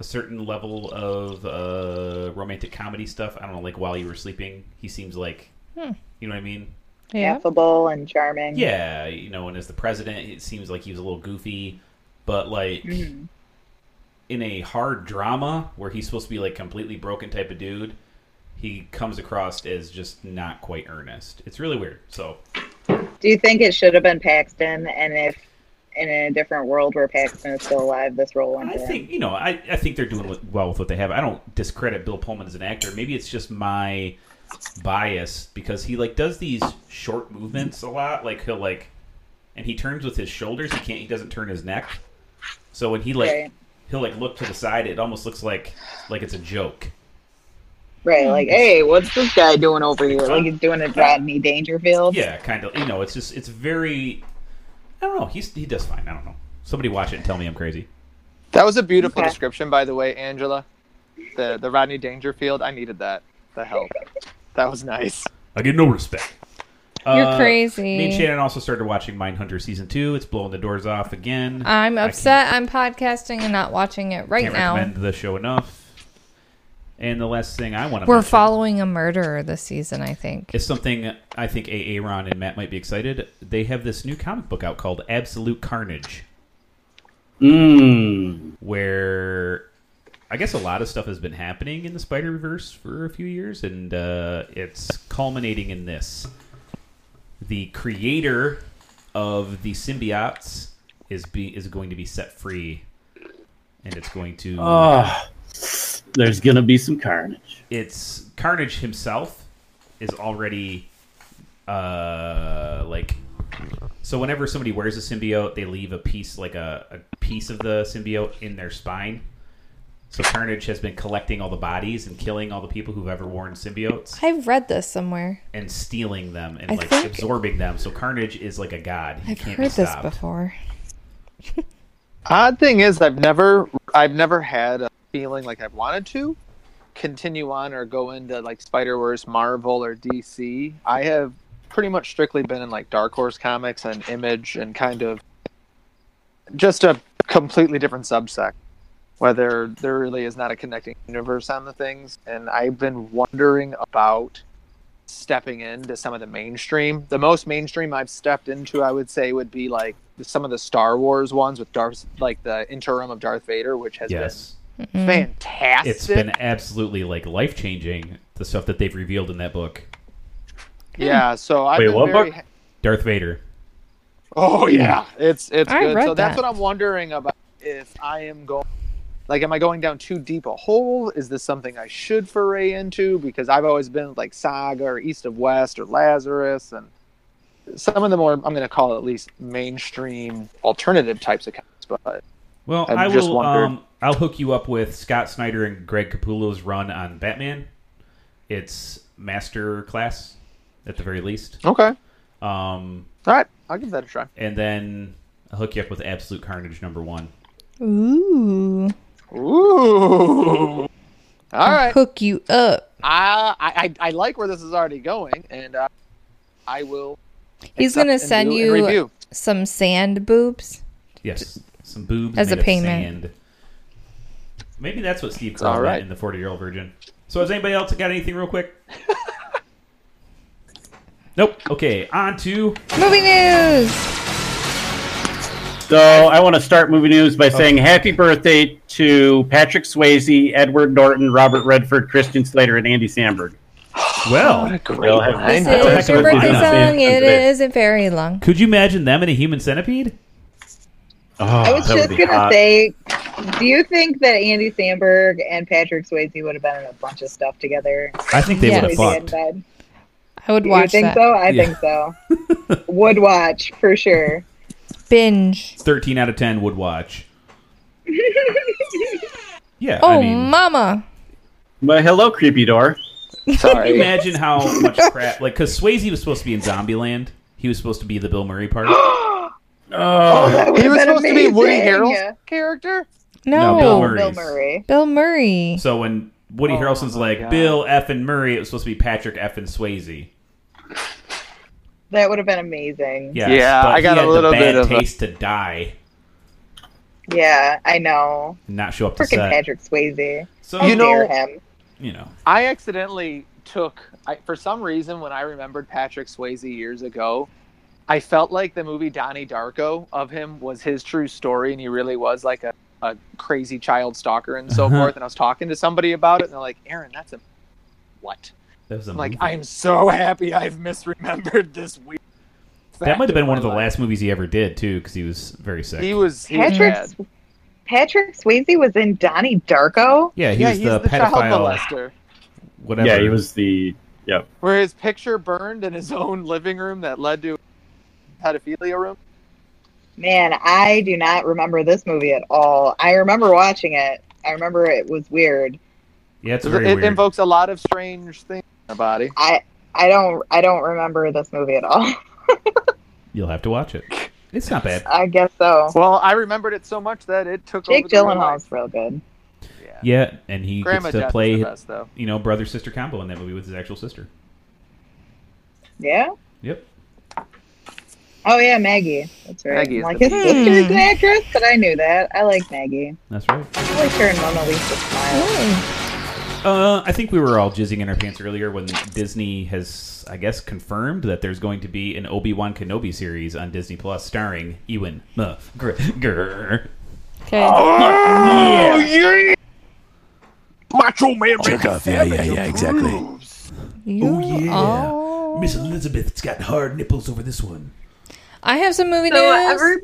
B: a certain level of uh, romantic comedy stuff. I don't know, like while you were sleeping, he seems like, you know what I mean?
A: yeah,
C: Affable and charming.
B: Yeah, you know. And as the president, it seems like he was a little goofy, but like in a hard drama where he's supposed to be like completely broken type of dude, he comes across as just not quite earnest. It's really weird. So
C: Do you think it should have been Paxton? And if in a different world where Paxton is still alive, this role went
B: I
C: to him?
B: think you know, I, I think they're doing with- well with what they have. I don't discredit Bill Pullman as an actor. Maybe it's just my bias because he like does these short movements a lot. Like he'll like, and he turns with his shoulders. He can't. He doesn't turn his neck. So when he like
C: Right.
B: he'll like look to the side, it almost looks like like it's a joke.
C: Right, like, hey, what's this guy doing over here? Like he's doing a Rodney Dangerfield.
B: Yeah, kind of. You know, it's just it's very. I don't know. He's he does fine. I don't know. Somebody watch it and tell me I'm crazy.
E: That was a beautiful
C: Okay.
E: description, by the way, Angela. The the Rodney Dangerfield. I needed that. The help. That was nice.
B: I get no respect.
A: you're
B: Uh, Me and
A: crazy.
B: Shannon also started watching Mindhunter season two. It's blowing the doors off again.
A: I'm
B: I
A: upset. I'm podcasting and not watching it right
B: Can't
A: now.
B: recommend the show enough. And the last thing I want to
A: We're
B: mention
A: following a murderer this season, I think.
B: is something I think Aaron and Matt might be excited. They have this new comic book out called Absolute Carnage,
G: Mmm.
B: where I guess a lot of stuff has been happening in the Spider Verse for a few years, and uh, it's culminating in this. The creator of the symbiotes is be is going to be set free and it's going to
G: Ah, there's gonna be some carnage.
B: it's Carnage himself is already uh like so whenever somebody wears a symbiote, they leave a piece like a, a piece of the symbiote in their spine. So Carnage has been collecting all the bodies and killing all the people who've ever worn symbiotes
A: I've read this somewhere.
B: and stealing them and
A: I
B: like
A: think-
B: absorbing them. So Carnage is like a god. He
A: I've
B: can't
A: heard
B: be
A: this
B: stopped.
A: before.
E: Odd thing is, I've never, I've never had a feeling like I've wanted to continue on or go into like Spider Verse, Marvel, or DC. I have pretty much strictly been in like Dark Horse comics and Image, and kind of just a completely different subsect. Whether there really is not a connecting universe on the things, and I've been wondering about stepping into some of the mainstream. The most mainstream I've stepped into, I would say, would be like some of the Star Wars ones with Darth, like the interim of Darth Vader, which has
B: Yes.
A: Mm.
E: been fantastic.
B: It's been absolutely like life changing the stuff that they've revealed in that book.
E: yeah. So I've
G: Wait,
E: been
G: what
E: very.
G: book?
B: Darth Vader.
E: [laughs] Oh yeah, it's it's
A: I
E: good.
A: read
E: So that's
A: that.
E: what I'm wondering about. If I am going, like, am I going down too deep a hole? Is this something I should foray into? Because I've always been like Saga or East of West or Lazarus and some of the more I'm going to call it at least mainstream alternative types of comics. But
B: Well,
E: I'm
B: i
E: just
B: will.
E: wondering-
B: Um, I'll hook you up with Scott Snyder and Greg Capullo's run on Batman. It's master class, at the very least.
E: okay,
B: Um,
E: all right, I'll give that a try.
B: and then I'll hook you up with Absolute Carnage number one.
A: Ooh.
E: Ooh. All right.
A: Hook you up.
E: I, I I like where this is already going, and uh, I will.
A: He's
E: accept
A: gonna
E: and
A: send
E: do
A: you
E: and review.
A: some sand boobs.
B: Yes, some boobs
A: As a
B: made of
A: payment.
B: sand. Maybe that's what Steve
E: all
B: Carell
E: right.
B: meant in the forty-year-old virgin. So, has anybody else got anything real
E: [laughs]
B: quick? nope. Okay, on to
A: Movie news.
G: So I want to start movie news
B: Oh.
G: by saying happy birthday to Patrick Swayze, Edward Norton, Robert Redford, Christian Slater, and Andy Samberg.
B: well.
G: They all have-
E: This
G: they all
A: This is
G: have
A: your
G: birthdays
A: birthday
G: on the same
A: song. It
G: day.
A: isn't very long.
B: Could you imagine them in a human centipede?
G: Oh,
B: Ah,
C: I was
G: that would
C: just
G: be
C: gonna
G: hot.
C: say, do you think that Andy Samberg and Patrick Swayze would have been in a bunch of stuff together?
B: I think they
A: Yes.
B: would have
C: Swayze had
B: fucked.
C: been.
A: I would
C: Do you
A: watch
C: think
A: that.
C: so? I
B: Yeah.
C: think so. [laughs] would watch for sure.
A: Binge.
B: 13 out of 10 would
E: [laughs]
B: watch. Yeah,
A: Oh,
B: I mean,
A: mama.
G: Well, hello, creepy door.
E: Sorry.
B: imagine how much crap. Like, because Swayze was supposed to be in Zombieland. He was supposed to be the Bill Murray
E: [gasps]
B: part.
G: Oh,
E: he was
C: That'd
E: supposed to be Woody
C: amazing.
E: Harrel's character.
A: No.
B: Bill Murray.
C: Bill
B: Murray's.
C: Murray.
A: Bill Murray.
B: So when
E: Oh
B: Woody Harrelson's like, Bill F. and Murray, it was supposed to be Patrick F. and Swayze.
C: That would have been amazing.
B: Yes,
E: Yeah,
B: but
E: I
B: he
E: got a
B: had
E: little
B: the bad
E: bit of a-
B: taste to die
C: Yeah, I know.
B: and not show up to
C: Freaking
B: set.
C: Patrick Swayze.
B: So,
C: How
E: You know-
C: dare him.
B: you know.
E: I accidentally took, I, for some reason, when I remembered Patrick Swayze years ago, I felt like the movie Donnie Darko of him was his true story, and he really was like a, a crazy child stalker and so
B: Uh-huh.
E: forth. And I was talking to somebody about it, and they're like, "Aaron, that's a what?"
B: That was a
E: I'm like,
B: movie.
E: "I am so happy I've misremembered this weird."
B: That might have been one of the
E: last.
B: last movies he ever did, too, because he was very sick.
E: He was he was
C: Patrick,
E: bad.
C: Patrick Swayze was in Donnie Darko.
B: yeah, he
E: yeah,
B: was
E: he's
B: the,
E: the, child
B: pedophile,
E: molester.
B: whatever.
G: yeah, he was the. Yep.
E: Where his picture burned in his own living room that led to pedophilia room.
C: Man, I do not remember this movie at all. I remember watching it. I remember it was weird.
B: Yeah, it's
E: It,
B: very weird.
E: invokes a lot of strange things in the body.
C: I I don't I don't remember this movie at all. [laughs]
B: You'll have to watch it. It's not bad.
C: I guess so.
E: Well, I remembered it so much that it took
C: Jake
E: over the real life.
C: Gyllenhaal's real good.
E: Yeah.
B: Yeah, and he
E: Grandma
B: gets
E: Death
B: to
E: is
B: play
E: the best though.
B: you know, brother sister combo in that movie with his actual sister.
C: Yeah.
B: Yep.
C: Oh yeah, Maggie. That's right.
E: Maggie is
C: like
E: the
C: his
E: best.
C: sister's an actress, but I knew that. I like Maggie.
B: That's right.
C: I like her in Mona Lisa smile.
B: Uh, I think we were all jizzing in our pants earlier when Disney has, I guess, confirmed that there's going to be an Obi Wan Kenobi series on Disney Plus starring Ewan McGregor.
A: Okay.
I: Check off. Yeah, yeah, yeah, exactly.
A: You all-
B: Miss Elizabeth's got hard nipples over this one.
A: I have some movie
C: So
A: news.
C: every-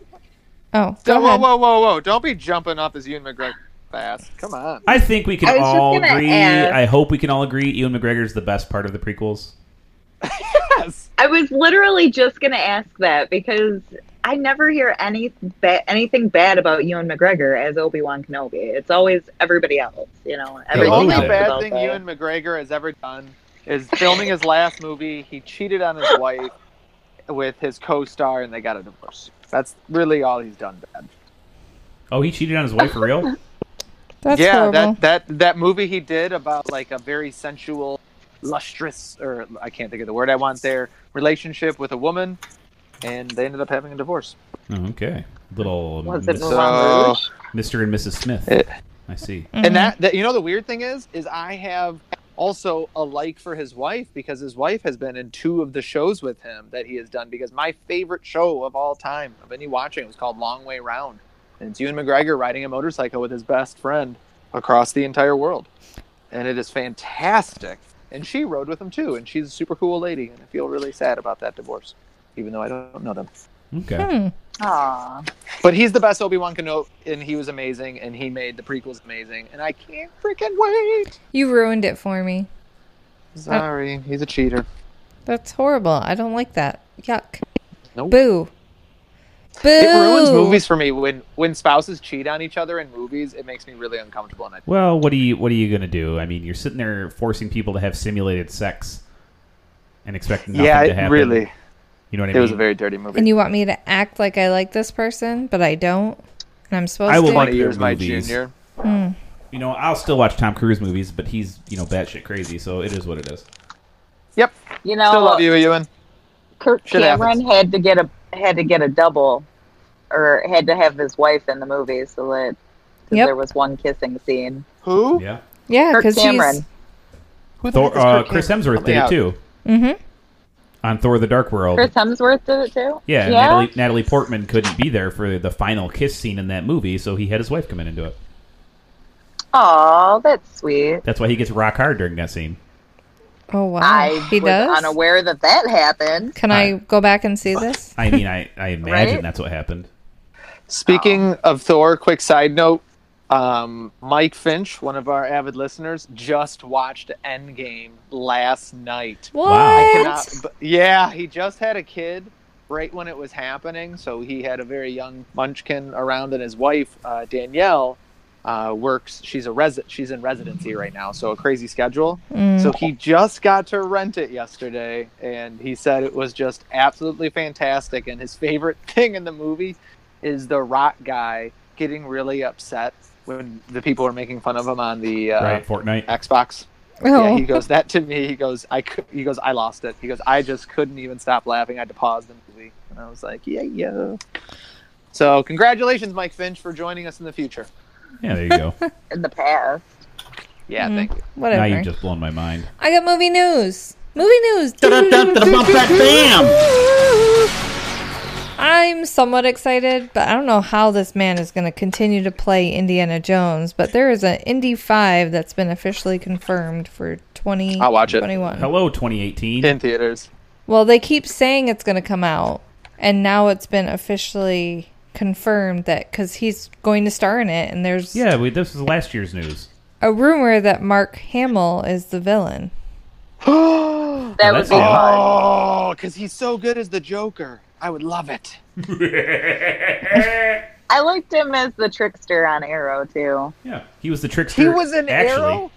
A: oh, go
E: Whoa, whoa,
A: ahead.
E: whoa, whoa, whoa! Don't be jumping off this Ewan McGregor. fast. Come on.
B: I think we can
C: I was just
B: all
C: gonna
B: agree.
C: ask-
B: I hope we can all agree. Ewan McGregor's the best part of the prequels.
E: Yes.
C: I was literally just gonna ask that because I never hear any ba- anything bad about Ewan McGregor as Obi Wan Kenobi. It's always everybody else, you know.
E: The
B: Everything
E: only
B: else is
E: bad
C: about
E: thing
C: that.
E: Ewan McGregor has ever done is filming his last movie. He cheated on his wife with his co-star, and they got a divorce. That's really all he's done bad.
B: Oh, he cheated on his wife for
C: [laughs]
B: real?
A: That's
E: yeah,
A: horrible.
E: that that that movie he did about like a very sensual, lustrous, or I can't think of the word I want there relationship with a woman, and they ended up having a divorce.
B: Oh, okay. Little
C: Was it
B: Miss-
E: So-
C: Moulin Rouge?
B: Mr. and Mrs. Smith.
E: It-
B: I see.
A: Mhm.
E: And that, that you know the weird thing is is I have also a like for his wife because his wife has been in two of the shows with him that he has done because my favorite show of all time of any watching was called Long Way Round. And it's Ewan McGregor riding a motorcycle with his best friend across the entire world. And it is fantastic. And she rode with him too, and she's a super cool lady, and I feel really sad about that divorce, even though I don't know them.
B: Okay.
A: Hmm.
C: Aw.
E: But he's the best Obi Wan Kenobi, and he was amazing, and he made the prequels amazing, and I can't freaking wait.
A: You ruined it for me.
E: Sorry, he's a cheater.
A: That's horrible. I don't like that. Yuck.
E: Nope.
A: Boo. Boo.
E: It ruins movies for me when when spouses cheat on each other in movies. It makes me really uncomfortable. And I,
B: Well, what do you what are you gonna do? I mean, you're sitting there forcing people to have simulated sex and expecting nothing to happen. You know what I mean?
E: very dirty movie.
A: And you want me to act like I like this person, but I don't, and I'm supposed
B: I will
A: to.
B: like-
E: years my
B: movies.
E: junior.
B: you know, I'll still watch Tom Cruise movies, but he's you know batshit crazy, so it is what it is.
E: Yep,
C: You know,
E: still love you, Ewan.
C: Kirk
E: Shit
C: Cameron
E: happens.
C: had to get a had to get a double, or had to have his wife in the movie so that 'cause
A: Yep.
C: there was one kissing scene.
E: Who?
B: Yeah.
A: yeah,
C: Kirk
A: because
C: Cameron.
A: she's.
E: Who the
B: Thor,
E: heck
B: uh,
E: is Kirk
B: Chris
E: Cameron?
B: Hemsworth
E: Help me
B: did it
E: out.
B: too
A: Mm-hmm.
B: on Thor: The Dark World.
C: Chris Hemsworth did it too.
B: Yeah, and
C: yeah.
B: Natalie, Natalie Portman couldn't be there for the final kiss scene in that movie, so he had his wife come in and do it.
C: Aw, that's sweet.
B: That's why he gets rock hard during that scene.
A: Oh wow,
C: I
A: he
C: was
A: does.
C: unaware that that happened.
A: Can I go back and see this?
B: I mean, I, I imagine
C: Right?
B: that's what happened.
E: Speaking of Thor, quick side note. Um, Mike Finch, one of our avid listeners, just watched Endgame last night.
A: What?
B: I
E: cannot- but- yeah, he just had a kid right when it was happening, so he had a very young munchkin around, and his wife uh, Danielle uh, works. She's a resi- She's in residency right now, so a crazy schedule.
A: Mm.
E: So he just got to rent it yesterday, and he said it was just absolutely fantastic. And his favorite [laughs] thing in the movie is the rock guy getting really upset when the people are making fun of him on the uh,
B: right, Fortnite.
E: Xbox. Yeah,
A: oh,
E: he goes that to me. He goes, I cou- he goes, I lost it. He goes, I just couldn't even stop laughing. I had to pause the movie, and I was like, yeah, yeah. So congratulations, Mike Finch, for joining us in the future.
B: Yeah, there you go.
C: in the past.
E: Yeah,
C: Mm-hmm.
A: Mm.
E: thank you.
B: now
A: whatever.
B: you've just blown my mind.
A: I got movie news. Movie news.
G: Bam!
A: I'm somewhat excited, but I don't know how this man is going to continue to play Indiana Jones. But there is an Indy 5 that's been officially confirmed for
E: I'll watch it
A: 2021.
B: Hello, 2018.
E: in theaters.
A: Well, they keep saying it's going to come out, and now it's been officially confirmed that because he's going to star in it, and there's
B: yeah, we, this is last year's news.
A: a rumor that Mark Hamill is the villain.
E: oh,
C: That
B: Well,
C: would
B: that's
C: be
B: it.
C: fun.
E: because Oh, he's so good as the Joker. I would love it.
C: I liked him as the trickster on Arrow too.
B: Yeah, he was the trickster.
E: He was an
B: actually,
E: arrow.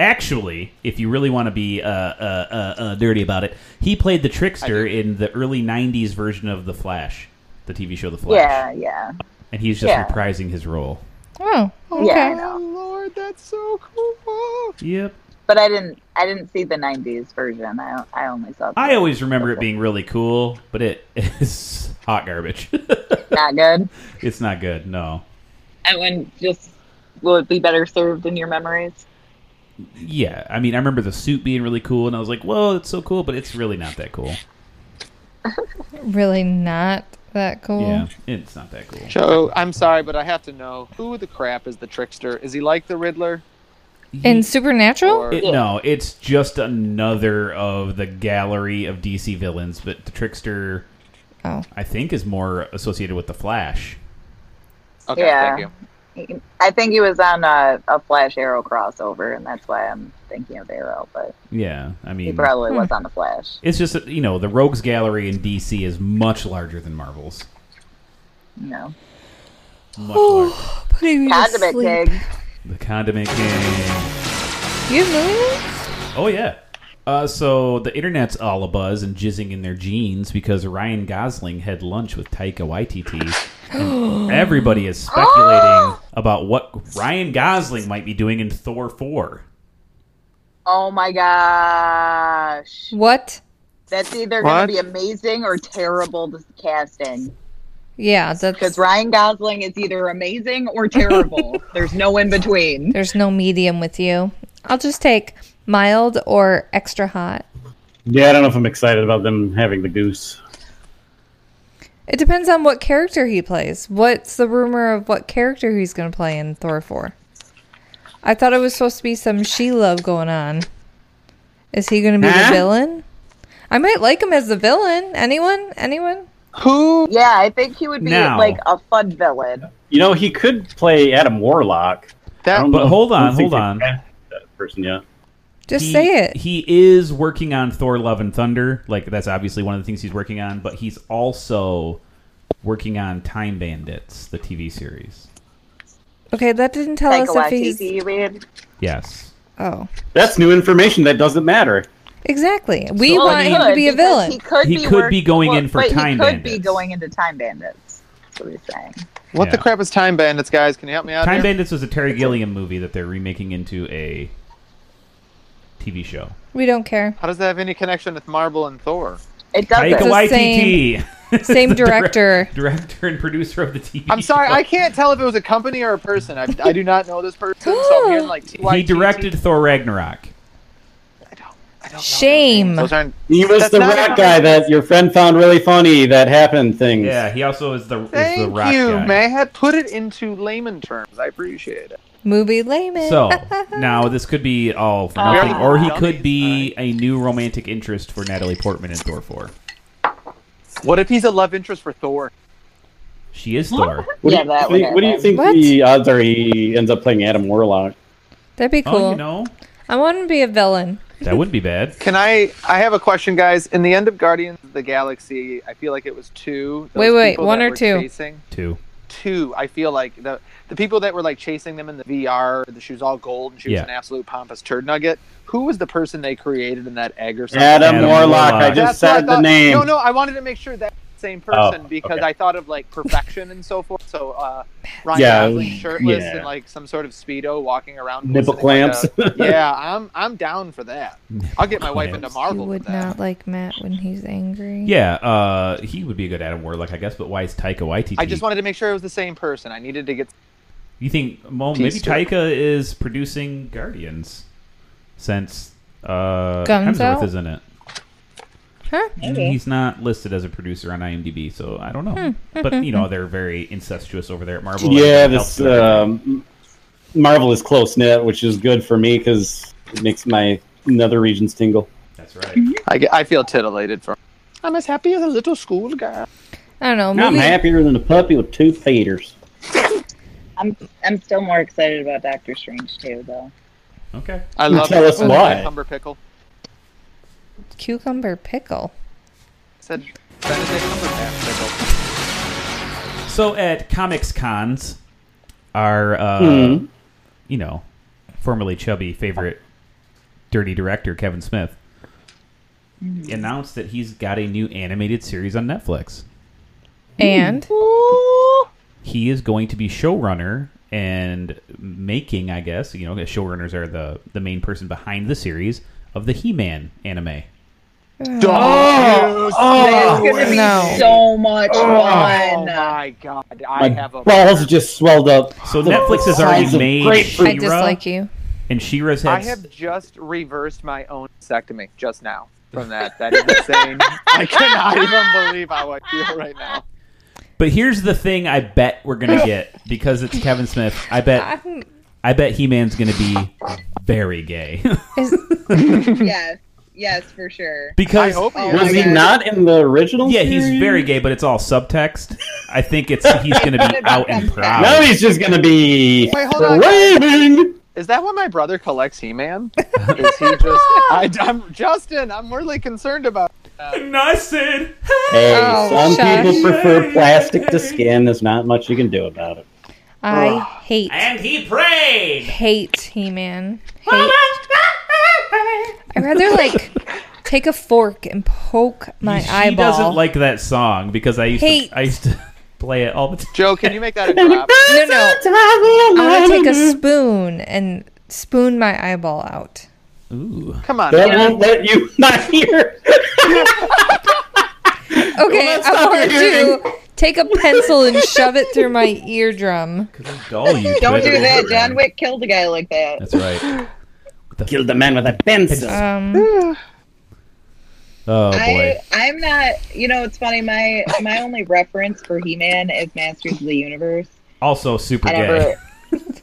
B: Actually, if you really want to be uh, uh, uh, uh, dirty about it, he played the trickster in the early 90s version of The Flash, the TV show The Flash.
C: Yeah, yeah,
B: And he's just
C: Yeah.
B: reprising his role.
A: Oh, okay.
C: yeah. I know.
E: Oh Lord, that's so cool.
B: Yep.
C: But I didn't. I didn't see the '90s version. I I only saw. The
B: I always remember it being really cool, but it [laughs] is hot garbage. [laughs]
C: not good.
B: it's not good, no.
C: I wouldn't just. Will it be better served in your memories?
B: Yeah, I mean, I remember the suit being really cool, and I was like, whoa, it's so cool, but it's really not that cool.
A: Really not that
C: Mm-hmm.
A: cool.
B: Yeah, it's not that cool.
E: Joe, I'm sorry, but I have to know who the crap is the trickster. Is he like the Riddler?
A: In Supernatural?
E: Or
B: It- No, it's just another of the gallery of DC villains, but the Trickster,
A: Oh.
B: I think, is more associated with the Flash.
E: okay,
C: Yeah.
E: thank you.
C: He- I think he was on a, a Flash Arrow crossover, and that's why I'm thinking of Arrow. But
B: Yeah, I
C: he
B: mean,
C: probably was on the Flash.
B: it's just that, you know the Rogues Gallery in DC is much larger than Marvel's.
C: No,
B: Much larger.
A: Putting me to
C: Condiment
A: sleep.
C: Pig.
B: The Condiment King.
A: You have millions?
B: Oh yeah. Uh, so the internet's all a buzz and jizzing in their jeans because Ryan Gosling had lunch with Taika Waititi.
A: [gasps]
B: And everybody is speculating about what Ryan Gosling might be doing in Thor four.
C: Oh my gosh,
A: What?
C: that's either going
E: What?
C: to be amazing or terrible dis- casting.
A: Yeah, that's
C: Because Ryan Gosling is either amazing or terrible. There's no in between.
A: there's no medium with you. I'll just take mild or extra hot.
G: Yeah, I don't know if I'm excited about them having the goose.
A: It depends on what character he plays. What's the rumor of what character he's going to play in Thor 4? I thought it was supposed to be some she love going on. Is he going to be
G: Huh?
A: the villain? I might like him as the villain. Anyone? Anyone?
E: Who?
C: Yeah, I think he would be
B: Now.
C: like a fun villain.
G: You know, he could play Adam Warlock. I
E: That
G: don't
B: But
G: know-
B: hold
G: I don't
B: on,
G: think
B: hold
G: they've
B: on.
G: cast That person, yeah.
A: Just
B: He-
A: say it.
B: He is working on Thor Love and Thunder. Like that's obviously one of the things he's working on, but he's also working on Time Bandits, the TV series.
A: Okay, that didn't tell
C: Taika
A: us if he's.
C: Waititi, you mean?
B: Yes.
A: Oh,
G: That's new information that doesn't matter.
A: exactly. We
C: Well,
A: want
C: he
A: him
C: could,
A: to be a
C: because
A: villain.
C: He could,
B: He
C: be,
B: could
C: work-
B: be going
C: well,
B: in for
C: but
B: Time
C: he could be
B: Bandits.
C: going into Time Bandits. That's what he's saying.
E: what the
B: Yeah.
E: crap is Time Bandits, guys? Can you help me out?
B: Time
E: here?
B: Bandits was a Terry Gilliam movie that they're remaking into a TV show.
A: We don't care.
E: How does that have any connection with Marvel and Thor?
C: It
B: Taika
A: It's
C: doesn't.
A: the
B: Waititi, [laughs]
A: Same
B: The direct-
A: director.
B: director and producer of the TV. [laughs]
E: I'm sorry,
B: show.
E: I can't tell if it was a company or a person. I, I do not know this person, so I'm hearing like
B: [gasps]
E: TYT.
B: He directed Thor Ragnarok.
E: I don't, I don't know
A: Shame.
E: Those aren't.
G: He was
E: That's
G: the
E: not
G: rat
E: how-
G: guy that your friend found really funny that happened things.
B: Yeah, he also is the, is
E: Thank
B: the rock
E: you,
B: guy.
E: Matt. Put it into layman terms. I appreciate it.
A: Movie layman.
B: So now this could be all for
C: Oh.
B: nothing, or he could
E: Dummies,
B: be a new romantic interest for Natalie Portman in Thor Four.
E: What if he's a love interest for Thor?
B: She is Thor.
G: What
C: Yeah,
G: do you
C: that would
G: think, What
A: What?
C: happen.
G: do you think the odds are he ends up playing Adam Warlock?
A: [laughs] That'd be cool.
B: Oh, you know
A: I want him to be a villain.
B: that wouldn't be bad.
E: Can I? I have a question, guys. In the end of Guardians of the Galaxy, I feel like it was two. those
A: Wait, wait,
E: people
A: one
E: that
A: or
E: were
A: two?
E: Chasing.
B: Too.
E: Two. I feel like the the people that were like chasing them in the VR, the she was all gold and she
B: Yeah.
E: was an absolute pompous turd nugget. Who was the person they created in that egg or something?
G: Adam,
B: Adam
G: Warlock, I
B: Warlock.
G: just
E: That's what I
G: said the
E: thought.
G: name.
E: No, no, I wanted to make sure that same
G: Oh,
E: person because
G: okay.
E: I thought of like perfection and so forth. So
G: [laughs]
E: uh Ryan
G: Yeah,
E: Gosling shirtless
G: yeah.
E: and like some sort of speedo walking around. with
G: Nipple
E: something like
G: clamps.
E: a- yeah, I'm I'm down for that. I'll get my wife into
B: clamps.
E: Marvel.
A: you
E: with
A: would
E: that.
A: not like Matt when he's angry.
B: Yeah, uh, he would be a good Adam Warlock, I guess. But why is Taika Waititi?
E: I just wanted to make sure it was the same person. I needed to get
B: You think well, maybe
E: Piece to it.
B: Taika is producing Guardians since uh,
A: Guns
B: Hemsworth
A: out?
B: is in it.
A: Huh?
C: Maybe.
B: He's not listed as a producer on IMDb, so I
A: Hmm,
B: don't know. But you know they're very incestuous over there at Marvel.
G: [laughs] yeah,
B: Like,
G: this
B: helps them.
G: um, Marvel is close knit, which is good for me because it makes my nether regions tingle.
B: that's right.
E: I, get- I feel titillated for I'm as happy as a little school guy.
A: I don't know.
G: I'm
A: Movie,
G: happier than a puppy with two feeders.
C: I'm I'm still more excited about Doctor Strange too, though.
B: Okay.
E: I love
G: Tell
E: it.
G: us why.
E: Cucumber pickle.
A: cucumber pickle.
E: Said Benedict Cumberbatch pickle.
B: So at Comics Cons, our uh,
G: Hmm.
B: you know formerly chubby favorite dirty director Kevin Smith announced that he's got a new animated series on Netflix.
A: And
B: he is going to be showrunner and making, I guess, you know, the showrunners are the the main person behind the series of the He-Man anime.
E: Oh,
C: That's gonna be
A: No.
C: so much fun.
E: my god! I
G: My
E: have a
G: balls just swelled up.
B: So
G: The
B: Netflix has
G: size
B: already
G: of
B: made
G: grapefruit.
A: I
B: She-Ra,
A: dislike you.
B: and She-Ra's
E: I
B: had
E: have just reversed my own vasectomy just now from that. That is insane. [laughs] I cannot even believe how I feel right now.
B: But here's the thing: I bet we're
E: [laughs]
B: gonna get because it's Kevin Smith. I bet
A: I'm,
B: I bet He-Man's gonna be very gay.
A: is,
C: yes, yes, for sure.
E: I
B: [laughs] because
E: hope
C: Oh
E: is.
G: Was he
C: God.
G: not in the original?
B: yeah, he's
G: series?
B: very gay, but it's all subtext. I think it's he's going
E: [laughs]
B: to be out and proud.
G: Now he's just gonna be
E: Wait, hold on.
G: raving.
E: Is that why my brother collects
G: [laughs]
E: He-Man? Is he just? I, am Justin. I'm really concerned about.
B: Nussed.
G: Hey,
C: Oh,
G: some
A: shush.
G: people prefer plastic to skin. There's not much you can do about it.
A: I hate
B: he prayed.
A: hate He Man.
B: [laughs]
A: Hate. I rather like take a fork and poke my
B: she
A: eyeball.
B: doesn't like that song because I used
A: Hate.
B: to I used to [laughs] play it all the time.
E: Joe, can you make
G: [laughs]
E: that a drop?
A: no, no. I want to take a spoon and spoon my eyeball out.
B: Ooh.
E: Come on.
G: That
E: man.
G: won't let you not hear. [laughs]
A: Okay,
G: that's
A: I
G: not
A: want
G: hearing.
A: to take a pencil and shove it through my eardrum.
B: Doll you
C: [laughs] Don't do
B: Twitter.
C: that. John Wick killed a guy like that.
B: That's right.
G: Kill the man with a pencil.
A: [laughs] Um,
B: Oh boy.
C: I, I'm not. You know, it's funny. My my only reference for He-Man is Masters of the Universe.
B: Also super
C: I
B: gay.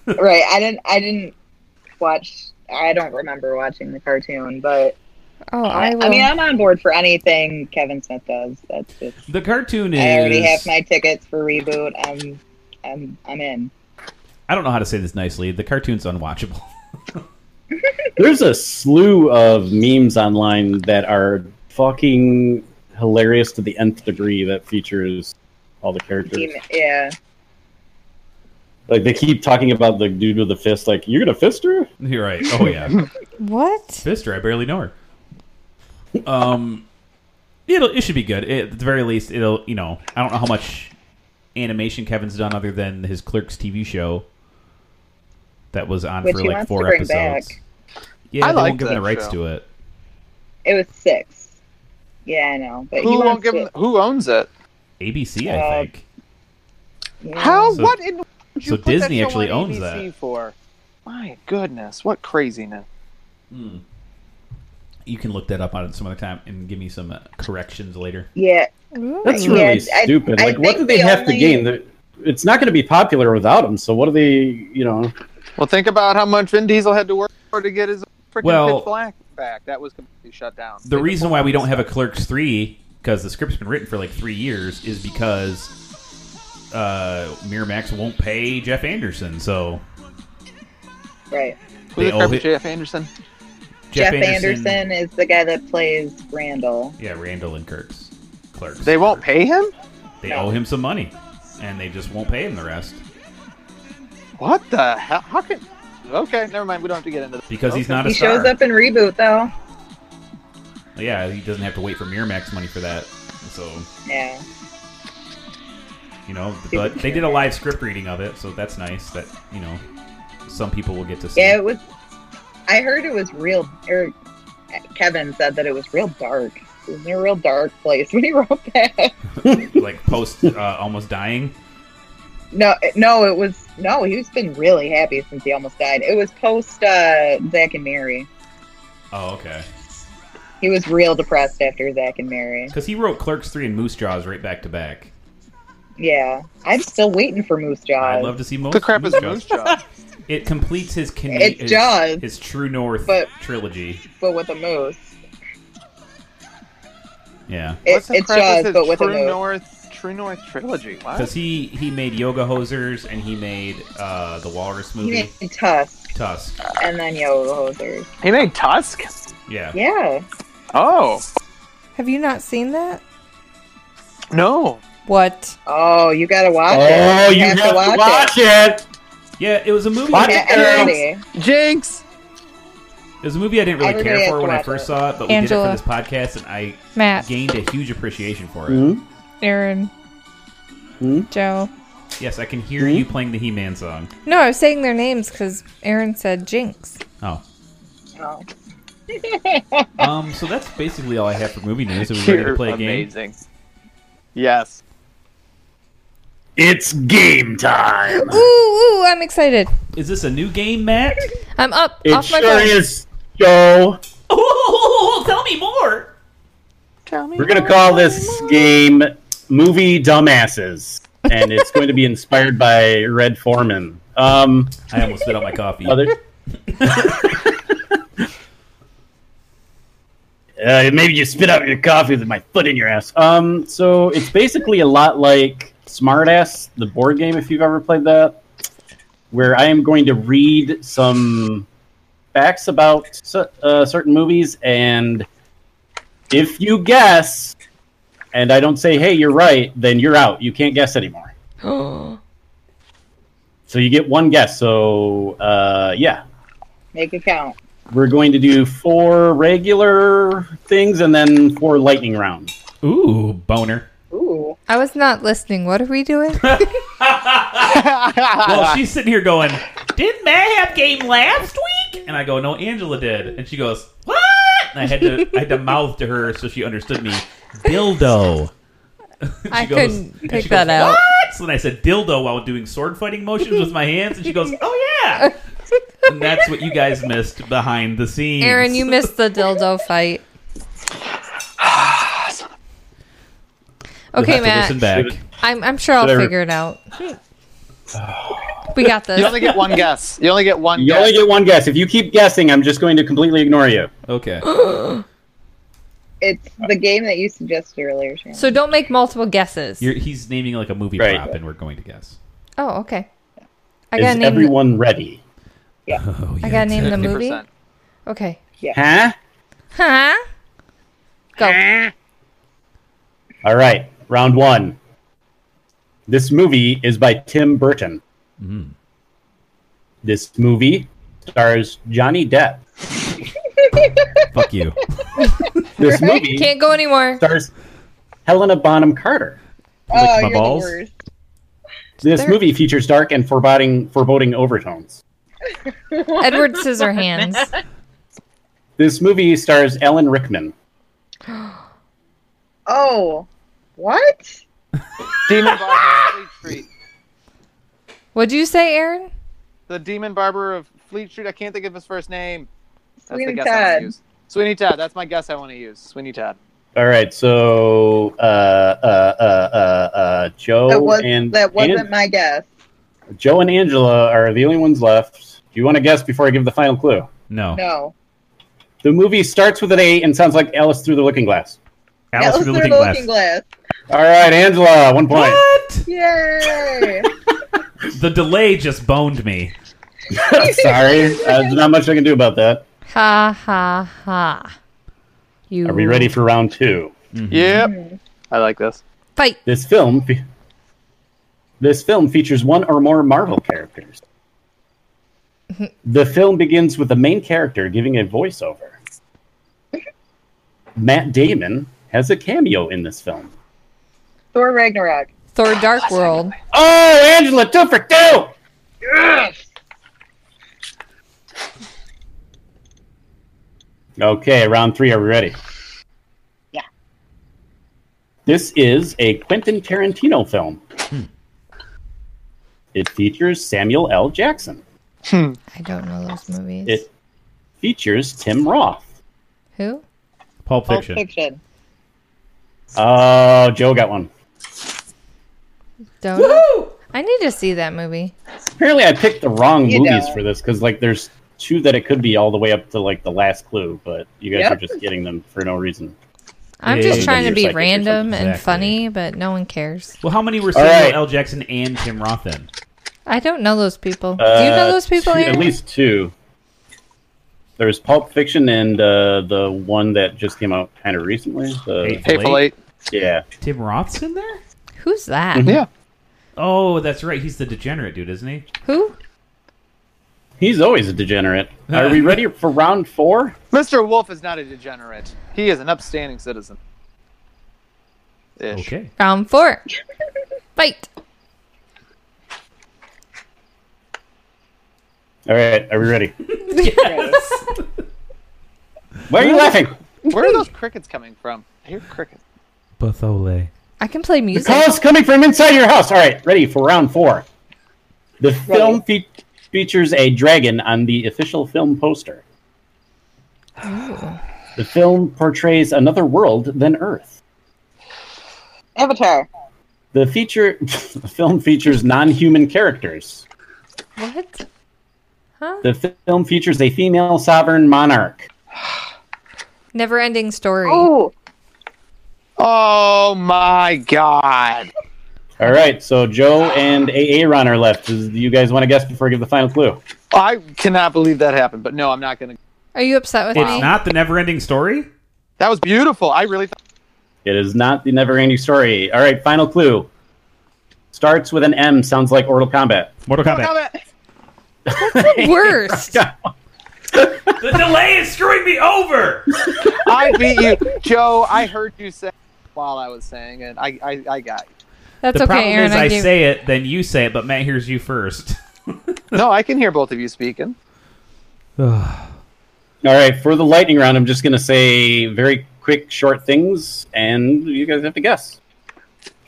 C: never. right. I didn't. I didn't watch. I don't remember watching the cartoon, but
A: oh,
C: I,
A: I will.
C: mean, I'm on board for anything Kevin Smith does. That's just.
B: The cartoon is
C: I already have my tickets for reboot. I'm. I'm. I'm in.
B: I don't know how to say this nicely. The cartoon's unwatchable. [laughs]
G: There's a slew of memes online that are fucking hilarious to the nth degree that features all the characters.
C: He- yeah.
G: Like they keep talking about the dude with the fist, like you're gonna fist her.
B: You're right. Oh yeah.
A: what?
B: Sister, I barely know her. Um It'll it should be good. It, at the very least it'll you know, I don't know how much animation Kevin's done other than his Clerks TV show that was on
C: Which
B: for
C: he
B: like
C: wants
B: four
C: to bring
B: episodes.
C: back.
B: Yeah,
E: I
B: they
E: liked
B: won't give him
E: that
B: the rights
E: show.
B: to it.
C: It was six. Yeah, I know. But he
E: Who won't
C: wants
E: give
C: to-
E: him? Who owns it?
B: ABC,
C: Uh,
B: I think.
C: yeah.
E: How?
B: So-
E: what in? would you
B: so
E: put that
B: Disney
E: show
B: actually
E: on
B: owns
E: ABC
B: that.
E: For my goodness, what craziness!
B: Mm. You can look that up on it some other time and give me some uh, corrections later.
C: Yeah.
G: That's
C: Yeah,
G: really
C: I-
G: stupid.
C: I
G: like,
C: think
G: what do they
C: the
G: have to
C: only-
G: gain? They're- It's not going to be popular without him. So what do they? You know,
E: Well, think about how much Vin Diesel had to work for to get his freaking
B: Well-
E: pitch black back. That was completely shut down.
B: The
E: Think
B: reason
E: about
B: why we
E: that
B: don't have a
E: stuff.
B: Clerks 3, because the script's been written for like three years, is because uh, Miramax won't pay Jeff Anderson. So
C: Right.
E: Who
B: they
E: the crap
B: owe
E: is
B: it-
E: Jeff Anderson.
C: Jeff, Anderson. is the guy that plays Randall.
B: Yeah, Randall and Kirk's Clerks.
E: They won't pay him.
B: They owe him some money, and they just won't pay him the rest
E: What the hell? How can? Okay, never mind. We don't have to get into that.
B: because he's
E: Okay.
B: not a
C: He
B: star.
C: shows up in reboot though.
B: Yeah, he doesn't have to wait for Miramax money for that. So
C: Yeah.
B: you know but they did a live script reading of it so that's nice that you know some people will get to see
C: Yeah, [laughs] it was. I heard it was real. Or Kevin said that it was real dark. It was in a real dark place [laughs] when he wrote that.
B: like post uh, almost dying
C: No, it- no, it was no. He's been really happy since he almost died. It was post uh, Zach and Mary.
B: oh okay
C: He was real depressed after Zach and Mary.
B: because he wrote clerks 3 and moose jaws right back to back
C: Yeah, I'm still waiting for Moose Jaws.
B: i'd love to see most
E: The crap
B: moose
E: is
B: jaws.
E: Moose Jaw.
B: it completes his can-
C: It's
B: his,
C: Jaws.
B: his true north
C: But-
B: trilogy
C: but with a moose.
B: yeah
C: It,
E: What the
C: it's
E: crap is
C: Jaws,
E: his
C: but with a
E: True
C: moose.
E: North, True North trilogy.
B: because
E: What?
B: he he made yoga hosers and he made uh the walrus
C: He
B: movie
C: made Tusk
B: tusk
C: and then Yo Hosers.
E: He made Tusk.
B: yeah
C: Yeah.
E: Oh
A: Have you not seen that?
E: no!
A: What?
C: Oh, you gotta watch it.
G: oh, you have to watch, it.
B: yeah it was a movie
G: What?
B: it
C: Yeah, everybody.
E: Jinx.
B: was a movie i didn't really
C: Everybody
B: care
C: has
B: for
C: to
B: when i
C: watch
B: first
C: it.
B: saw it but
A: Angela.
B: we did it for this podcast and i
A: Matt,
B: gained a huge appreciation for it
G: Mhm.
C: Mm-hmm.
A: Aaron,
G: Hmm?
A: Joe.
B: Yes, I can hear
G: Hmm?
C: Mm-hmm.
B: you playing the He-Man song.
A: No, I was saying their names because Aaron said Jinx.
B: Oh,
C: Oh.
B: um, so that's basically all I have for movie news. Are we ready to play a game?
E: Amazing. Yes.
G: It's game time.
A: Ooh, ooh, I'm excited.
B: Is this a new game, Matt? [laughs]
A: I'm up
G: It
A: off my
G: sure
A: phone.
G: is, Joe.
B: oh, tell me more.
E: Tell me.
G: We're gonna call this game "Movie Dumbasses," and it's going to be inspired by Red Foreman. Um,
B: I almost spit out my coffee.
G: other. [laughs] Uh, maybe you spit out your coffee with my foot in your ass. Um, so it's basically a lot like Smartass, the board game, if you've ever played that, where I am going to read some facts about cer- uh, certain movies, and if you guess, and I don't say, "Hey, you're right," then you're out. You can't guess anymore.
A: Oh,
G: So you get one guess. So uh, yeah,
C: Make it count.
G: we're going to do four regular things and then four lightning rounds.
B: Ooh, boner.
C: Ooh.
A: I was not listening. What are we doing?
B: [laughs] Well, she's sitting here going, "Did Mayhap game last week?" And I go, "No, Angela did." And she goes, "What?" And I had to, I had to mouth to her so she understood me. [laughs] Dildo. She
A: I
B: goes-
A: couldn't
B: and
A: pick
B: she
A: that
B: goes,
A: out.
B: What? So then I said dildo while doing sword fighting motions with my hands, and she goes, "Oh yeah." And that's what you guys missed behind the scenes.
A: Aaron, you missed the dildo fight.
B: You'll
A: Okay,
B: have to Listen
A: Matt.
B: back.
A: I'm, I'm sure I'll
G: Should I-
A: figure it
G: [sighs]
A: out. We got this.
E: [laughs] You only get one guess. You only get one
G: You
E: guess.
G: only get one guess. If you keep guessing, I'm just going to completely ignore you.
A: [gasps]
B: Okay.
C: It's the game that you suggested earlier, Shannon.
A: So don't make multiple guesses.
B: You're, he's naming like a movie
G: Right.
B: prop, and we're going to guess.
A: oh, okay. I
G: Is
A: gotta name. the-
G: everyone ready?
B: Oh, yeah,
A: I gotta name the movie.
E: 50%.
A: Okay.
G: Huh?
A: Huh? Go.
G: All right, round one. This movie is by Tim Burton. This movie stars Johnny Depp.
B: Fuck you.
G: This movie
A: Can't go
G: [laughs]
A: anymore.
G: stars Helena Bonham Carter.
B: my
C: oh, you're
B: balls?
C: the worst.
G: This
A: There-
G: movie features dark and foreboding, foreboding overtones.
A: Edward Scissorhands.
G: This movie stars Alan Rickman.
C: Oh, what?
E: Demon Barber of Fleet Street.
A: What'd you say, Aaron?
E: The Demon Barber of Fleet Street. I can't think of his first name. That's
C: Sweeney
E: the guess I want
C: Todd.
E: to use. Sweeney Todd. That's my guess I want to use. Sweeney Todd.
G: All right, so uh, uh, uh, uh, uh, Joe
C: that was
G: and
C: that wasn't
G: and-
C: my guess.
G: Joe and Angela are the only ones left. Do you want to guess before I give the final clue?
A: [laughs]
B: No.
C: No.
G: The movie starts with an A and sounds like Alice Through the Looking Glass.
C: Yeah,
B: Alice
C: let's
B: through the
C: do
B: looking
C: the
B: glass.
C: looking glass.
G: All right, Angela, one point.
B: What?
G: [laughs]
C: Yay!
B: The delay just boned me.
G: [laughs]
C: [laughs]
G: Sorry, uh, there's not much I can do about that.
A: Ha ha ha. You
G: Are we ready for round two?
B: Mm-hmm.
E: Yep. I like this.
A: fight?
G: This film, fe- this film features one or more Marvel characters. The film begins with the main character giving a voiceover. Matt Damon has a cameo in this film.
C: Thor Ragnarok.
A: Thor Dark World.
G: Oh, Angela, two for two. Okay, round three. Are we ready?
C: Yeah.
G: This is a Quentin Tarantino film. It features Samuel L. Jackson.
A: I don't know those movies.
G: It features Tim Roth.
A: Who?
B: Pulp
C: Pulp
B: Fiction.
C: Fiction.
G: Oh, Joe got one.
A: Don't. know. I need to see that movie.
G: Apparently, I picked the wrong
C: You
G: movies
C: don't.
G: for this because, like, there's two that it could be all the way up to like the last clue, but you guys
C: Yep.
G: are just getting them for no reason.
A: I'm
B: Yeah,
A: just
B: yeah,
A: trying
G: yeah.
A: to be
G: You're psychic or
A: random
B: something.
A: and
B: Exactly.
A: funny, but no one cares.
B: Well, how many were Samuel
G: right.
B: L. Jackson and Tim Roth then?
A: I don't know those people. Do you know
G: Uh,
A: those people?
G: two-
A: Aaron?
G: At least two. There's Pulp Fiction and uh, the one that just came out kind of recently. The,
B: Hey,
E: Hateful Eight.
G: yeah,
B: Tim Roth's in there?
A: Who's that?
B: Mm-hmm.
E: Mm-hmm. Yeah.
B: Oh, that's right. He's the degenerate dude, isn't he?
A: Who?
G: he's always a degenerate. Are
A: [laughs]
G: we ready for round four?
E: Mr. Wolf is not a degenerate. He is an upstanding citizen. Ish.
B: Okay.
A: Round four. Fight.
G: All right, are
A: [laughs]
G: we ready? Why are you laughing?
E: Where are those crickets coming from? I hear crickets.
B: Bothole.
A: I can play
G: The
A: music.
G: call's coming from inside your house. All right, ready for round four. The film fe- features a dragon on the official film poster. The film portrays another world than Earth.
C: Avatar.
G: The feature [laughs] the film features non-human characters.
A: What?
G: The film features a female sovereign monarch.
A: Never ending story.
C: Oh,
E: Oh my god.
G: All right, so Joe and AA Ron are left. Does- Do you guys want to guess before I give the final clue?
E: I cannot believe that happened, but no, I'm not going to.
A: Are you upset with me?
B: It's not the never ending story?
E: That was beautiful. I really thought.
G: It is not the never ending story. All right, final clue. Starts with an M, sounds like Mortal Kombat.
B: Mortal Kombat. [laughs]
A: [laughs] Worst.
B: The delay is screwing me over!
E: I beat you. Joe, I heard you say while I was saying it. I, I, I got you.
A: That's
B: the problem
A: okay, Aaron.
B: is I,
A: I gave...
B: say it, then you say it, but Matt hears you first.
E: No, I can hear both of you speaking.
G: All right, for the lightning round, I'm just going to say very quick, short things, and you guys have to guess.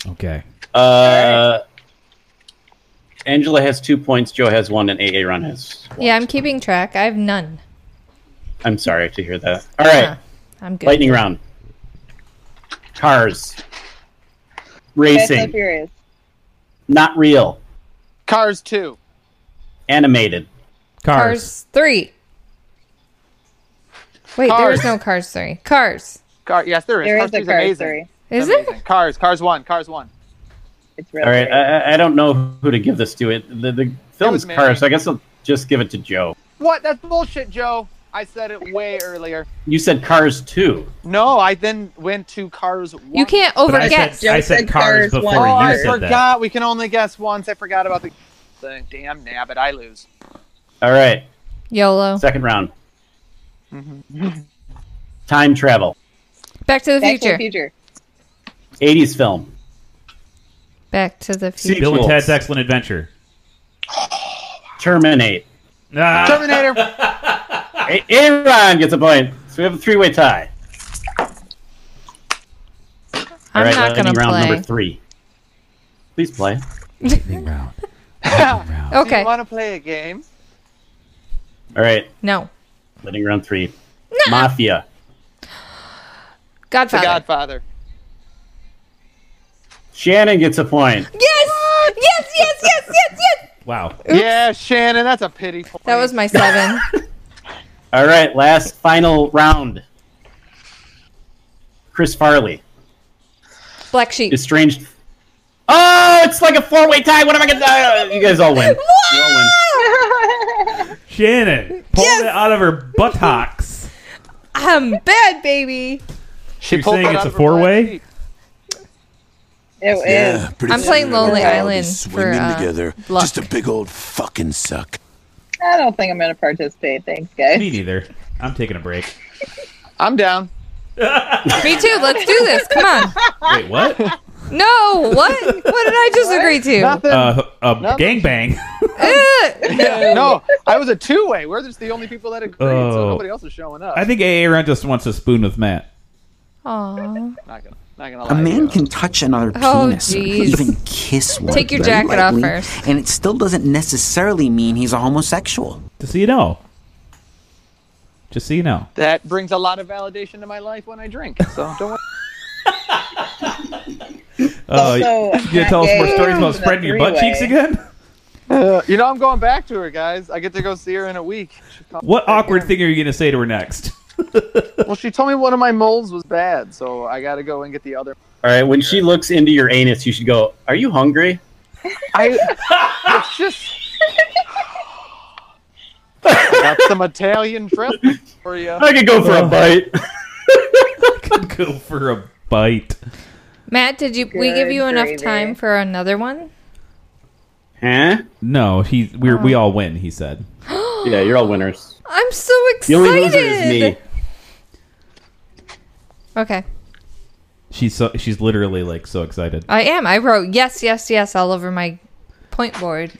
B: Okay.
G: Uh, Angela has two points, Joe has one, and AA Ron has.
A: Yeah, I'm keeping track. I have none.
G: I'm sorry to hear that. All right,
A: Huh. I'm good.
G: lightning round. Cars.
C: Fast and
G: Racing.
C: Furious.
G: Not real.
E: Cars 2.
G: Animated.
B: Cars.
A: Cars three. Wait, there is
E: Cars.
A: no Cars three. Cars.
E: Car, yes, there is.
C: There
E: cars
C: is a
E: 2 's
C: car
E: amazing.
C: three.
A: Is
E: Amazing.
A: it?
E: Cars, Cars 1, Cars 1.
C: It's really
G: All right, uh,
C: great.
G: I, I- I don't know who to give this to. It the, the film's
E: was Mary.
G: Cars, so I guess I'll just give it to Joe.
E: What? That's bullshit, Joe. I said it way earlier.
G: You said Cars too.
E: No, I then went to Cars 1.
A: You can't
B: But I
A: overguess.
B: said, I
C: Joe
B: said
C: said
B: cars
C: cars
B: before
E: Oh,
C: one.
B: you
E: I
B: said
E: forgot.
B: that.
E: We can only guess once. I forgot about the thing. Damn nabbit. I lose.
G: All right,
A: YOLO.
G: second round. Time travel,
A: Back to the
C: Back to
A: future.
C: the future. [laughs]
G: eighties film,
A: Back to the future.
B: Bill and
G: Sequels.
B: Ted's Excellent Adventure.
G: Terminate.
B: Ah,
E: Terminator.
G: A- Aaron gets a point, so we have a three-way tie.
A: I'm not
G: lightning
A: gonna
G: round number
A: play.
G: three. Please play.
E: Do you
A: [laughs] Okay.
E: want to play a game?
G: All right,
A: No.
G: lightning round three. Mafia,
E: The
A: Godfather.
E: Godfather.
G: Shannon gets a point.
A: Yes! Yes, yes, yes, yes, yes!
B: wow.
E: Yeah, Shannon, that's a pity point.
A: That was my
G: [laughs]
A: seven.
G: All right, last final round. Chris Farley.
A: Black Sheep.
G: estranged. Oh, it's like a four-way tie. What am I gonna? Uh, you guys all win. You all win.
B: Shannon, pulled
A: Yes!
B: it out of her buttocks.
A: I'm bad, baby.
E: She
B: You're
E: pulled
B: saying
E: that
B: it's
E: out
B: a
E: of her
B: four-way?
E: butt cheek.
C: It is.
I: Yeah, pretty
A: I'm playing
I: soon we'll
A: Lonely
I: all be
A: Island
I: swimming
A: for, uh,
I: together.
A: luck.
I: Just a big old fucking suck.
C: I don't think I'm going to participate. Thanks, guys.
B: Me neither. I'm taking a break.
E: I'm down.
A: Me too. Let's do this. Come on.
B: Wait,
E: [laughs]
B: what?
A: No. What? What did I just agree to?
E: Nothing.
B: Uh, a
E: Nothing.
B: gang gangbang.
A: Ugh.
E: no, I was a two-way. We're just the only people that agreed,
B: Oh.
E: so nobody else is showing up.
B: I think AA Ron just wants a spoon with Matt.
A: [laughs] Aw.
E: not gonna, not gonna
H: A
E: lie.
H: man can touch another
A: Oh,
H: penis, or
A: jeez.
H: even kiss one.
A: Take your
H: very
A: jacket off
H: lightly,
A: first.
H: and it still doesn't necessarily mean he's a homosexual.
B: Just so you know. Just so you know.
E: that brings a lot of validation to my life when I drink. So don't worry.
B: Uh,
C: Also,
B: you gonna tell us more
C: gay
B: stories about
C: is a
B: spreading your butt
C: three-way.
B: cheeks again? [laughs]
E: Uh, you know, I'm going back to her, guys. I get to go see her in a week. She called-
B: What awkward thing are you gonna say to her next? [laughs]
E: Well, she told me one of my moles was bad, so I got to go and get the other.
G: All right. When she looks into your anus, you should go. Are you hungry?
B: [laughs]
E: I. it's just. I got some Italian dressing for you.
G: I could go for a bite.
B: Go for a bite.
A: Matt, did you? we give
C: Good
A: you enough
C: gravy.
A: time for another one.
G: huh?
B: No, he we we all win. He said.
G: Yeah, you're all winners.
A: I'm so
G: The
A: excited.
G: only loser is me.
A: Okay,
B: She's so she's literally like so excited.
A: I am. I wrote yes, yes, yes all over my point board.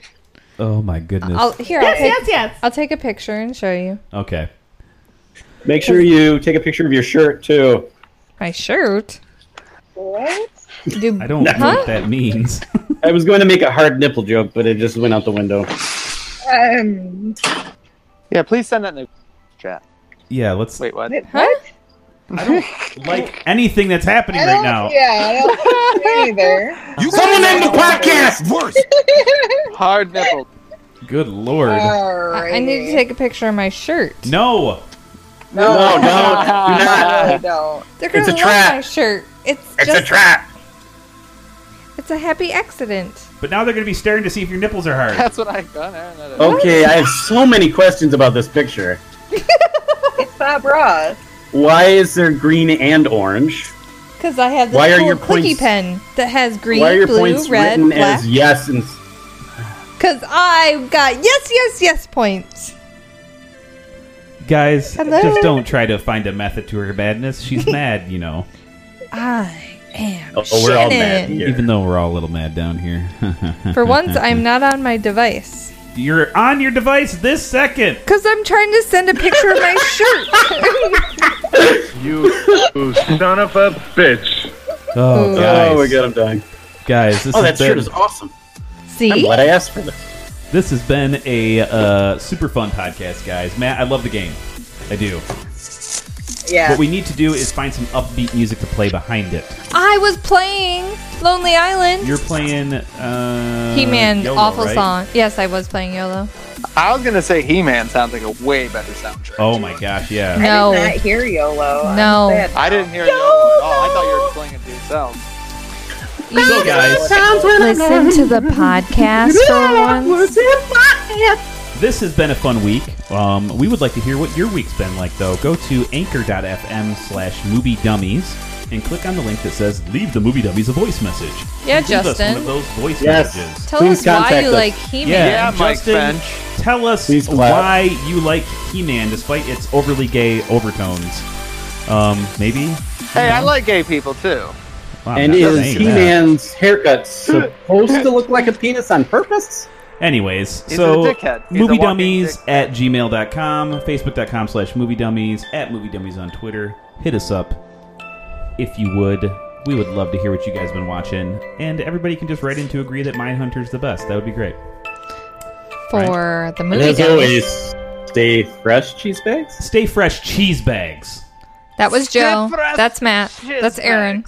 B: Oh my goodness.
A: I'll here. I'll take, yes, yes. I'll take a picture and show you
B: okay.
G: Make sure you take a picture of your shirt too.
A: my shirt.
C: What?
A: Do,
B: I don't know
A: Huh?
B: what that means. [laughs]
G: I was going to make a hard nipple joke, but it just went out the window.
C: Um,
E: Yeah, please send that in the chat.
B: yeah, let's
E: Wait, what?
A: Huh?
B: like anything that's happening
C: I
B: right
C: don't,
B: now.
C: Yeah, I
A: [laughs]
C: don't either.
G: Someone end the podcast.
I: Worse.
E: Hard nipple.
B: Good lord.
C: All right.
A: I need to take a picture of my shirt.
B: no.
J: [laughs]
G: No, no, do not.
C: I don't.
A: They're gonna
G: It's a
A: love
G: trap.
A: my shirt. It's
G: It's
A: just,
G: a trap.
A: It's a happy accident.
B: But now they're going to be staring to see if your nipples are hard.
E: That's what I done. I don't know.
G: Okay, I have so many questions about this picture.
C: It's not bra.
G: Why is there green and orange?
A: Because I have this
G: Why are
A: little
G: your
A: clicky
G: points-
A: pen that has green,
G: Why are your
A: blue,
G: points
A: red,
G: written
A: black.
G: as yes and
A: Because I got yes, yes, yes points.
B: Guys,
A: Hello?
B: just don't try to find a method to her madness. She's
G: [laughs]
B: mad, you know.
A: I am
G: Oh, we're all mad [laughs]
A: Shannon.
G: here.
B: Even though we're all a little mad down here. [laughs]
A: For once, I'm not on my device.
B: You're on your device this second.
A: Because I'm trying to send a picture
G: [laughs]
A: of my shirt.
J: You Oh, son of a bitch.
B: Oh,
A: Ooh.
B: guys.
G: Oh my god, I'm dying.
B: Guys, this,
G: Oh, that
B: has,
G: shirt
B: been,
G: is awesome. I'm
A: See?
G: glad I asked for this.
B: this has been a uh, super fun podcast, guys. Matt, I love the game. I do.
C: Yeah.
B: What we need to do is find some upbeat music to play behind it.
A: I was playing Lonely Island.
B: You're playing uh,
A: He Man,
B: YOLO,
A: awful
B: right?
A: song. Yes, I was playing YOLO.
E: I was gonna say He-Man sounds like a way better soundtrack.
B: Oh my gosh, yeah.
A: No.
C: I did not hear YOLO.
A: No.
C: I'm sad.
E: I didn't hear it at all. I thought you were playing it to yourself.
B: So guys,
A: Listen to the podcast for once.
B: this has been a fun week. Um, we would like to hear what your week's been like, though. Go to anchor.fm slash movie dummies and click on the link that says leave the movie dummies a voice message.
A: Yeah,
B: Leave us one
A: Justin.
B: of those voice
G: Yes.
B: messages.
A: Tell
G: Please
A: us why
G: contact
A: you
G: us.
A: like He Man.
B: Yeah,
E: Yeah, Mike
B: Justin,
E: Bench.
B: tell us
G: Please clap.
B: why you like He-Man despite its overly gay overtones. Um, maybe.
E: Hey, I like gay people too.
B: Wow,
A: Oh,
G: and
B: not
G: is
B: saying that.
G: He Man's haircut supposed to look like a penis on purpose?
B: Anyways,
E: He's
B: so
E: a dickhead. He's a
B: movie
E: walking
B: dummies
E: dickhead.
B: at gmail.com, facebook.com slash movie dummies, at movie dummies on Twitter. Hit us up if you would. We would love to hear what you guys have been watching. And everybody can just write in to agree that Mindhunter's the best. That would be great.
A: For the
G: And
A: movie.
G: as
A: dummies.
G: always, stay fresh, cheese bags.
B: Stay fresh, cheese bags.
A: That was Joe.
E: fresh,
A: That's Matt.
E: shit
A: That's Aaron.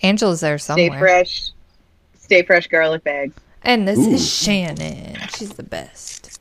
A: Angela's there
C: Stay
A: somewhere.
C: fresh. Stay fresh garlic bags.
A: And this is Shannon. She's the best.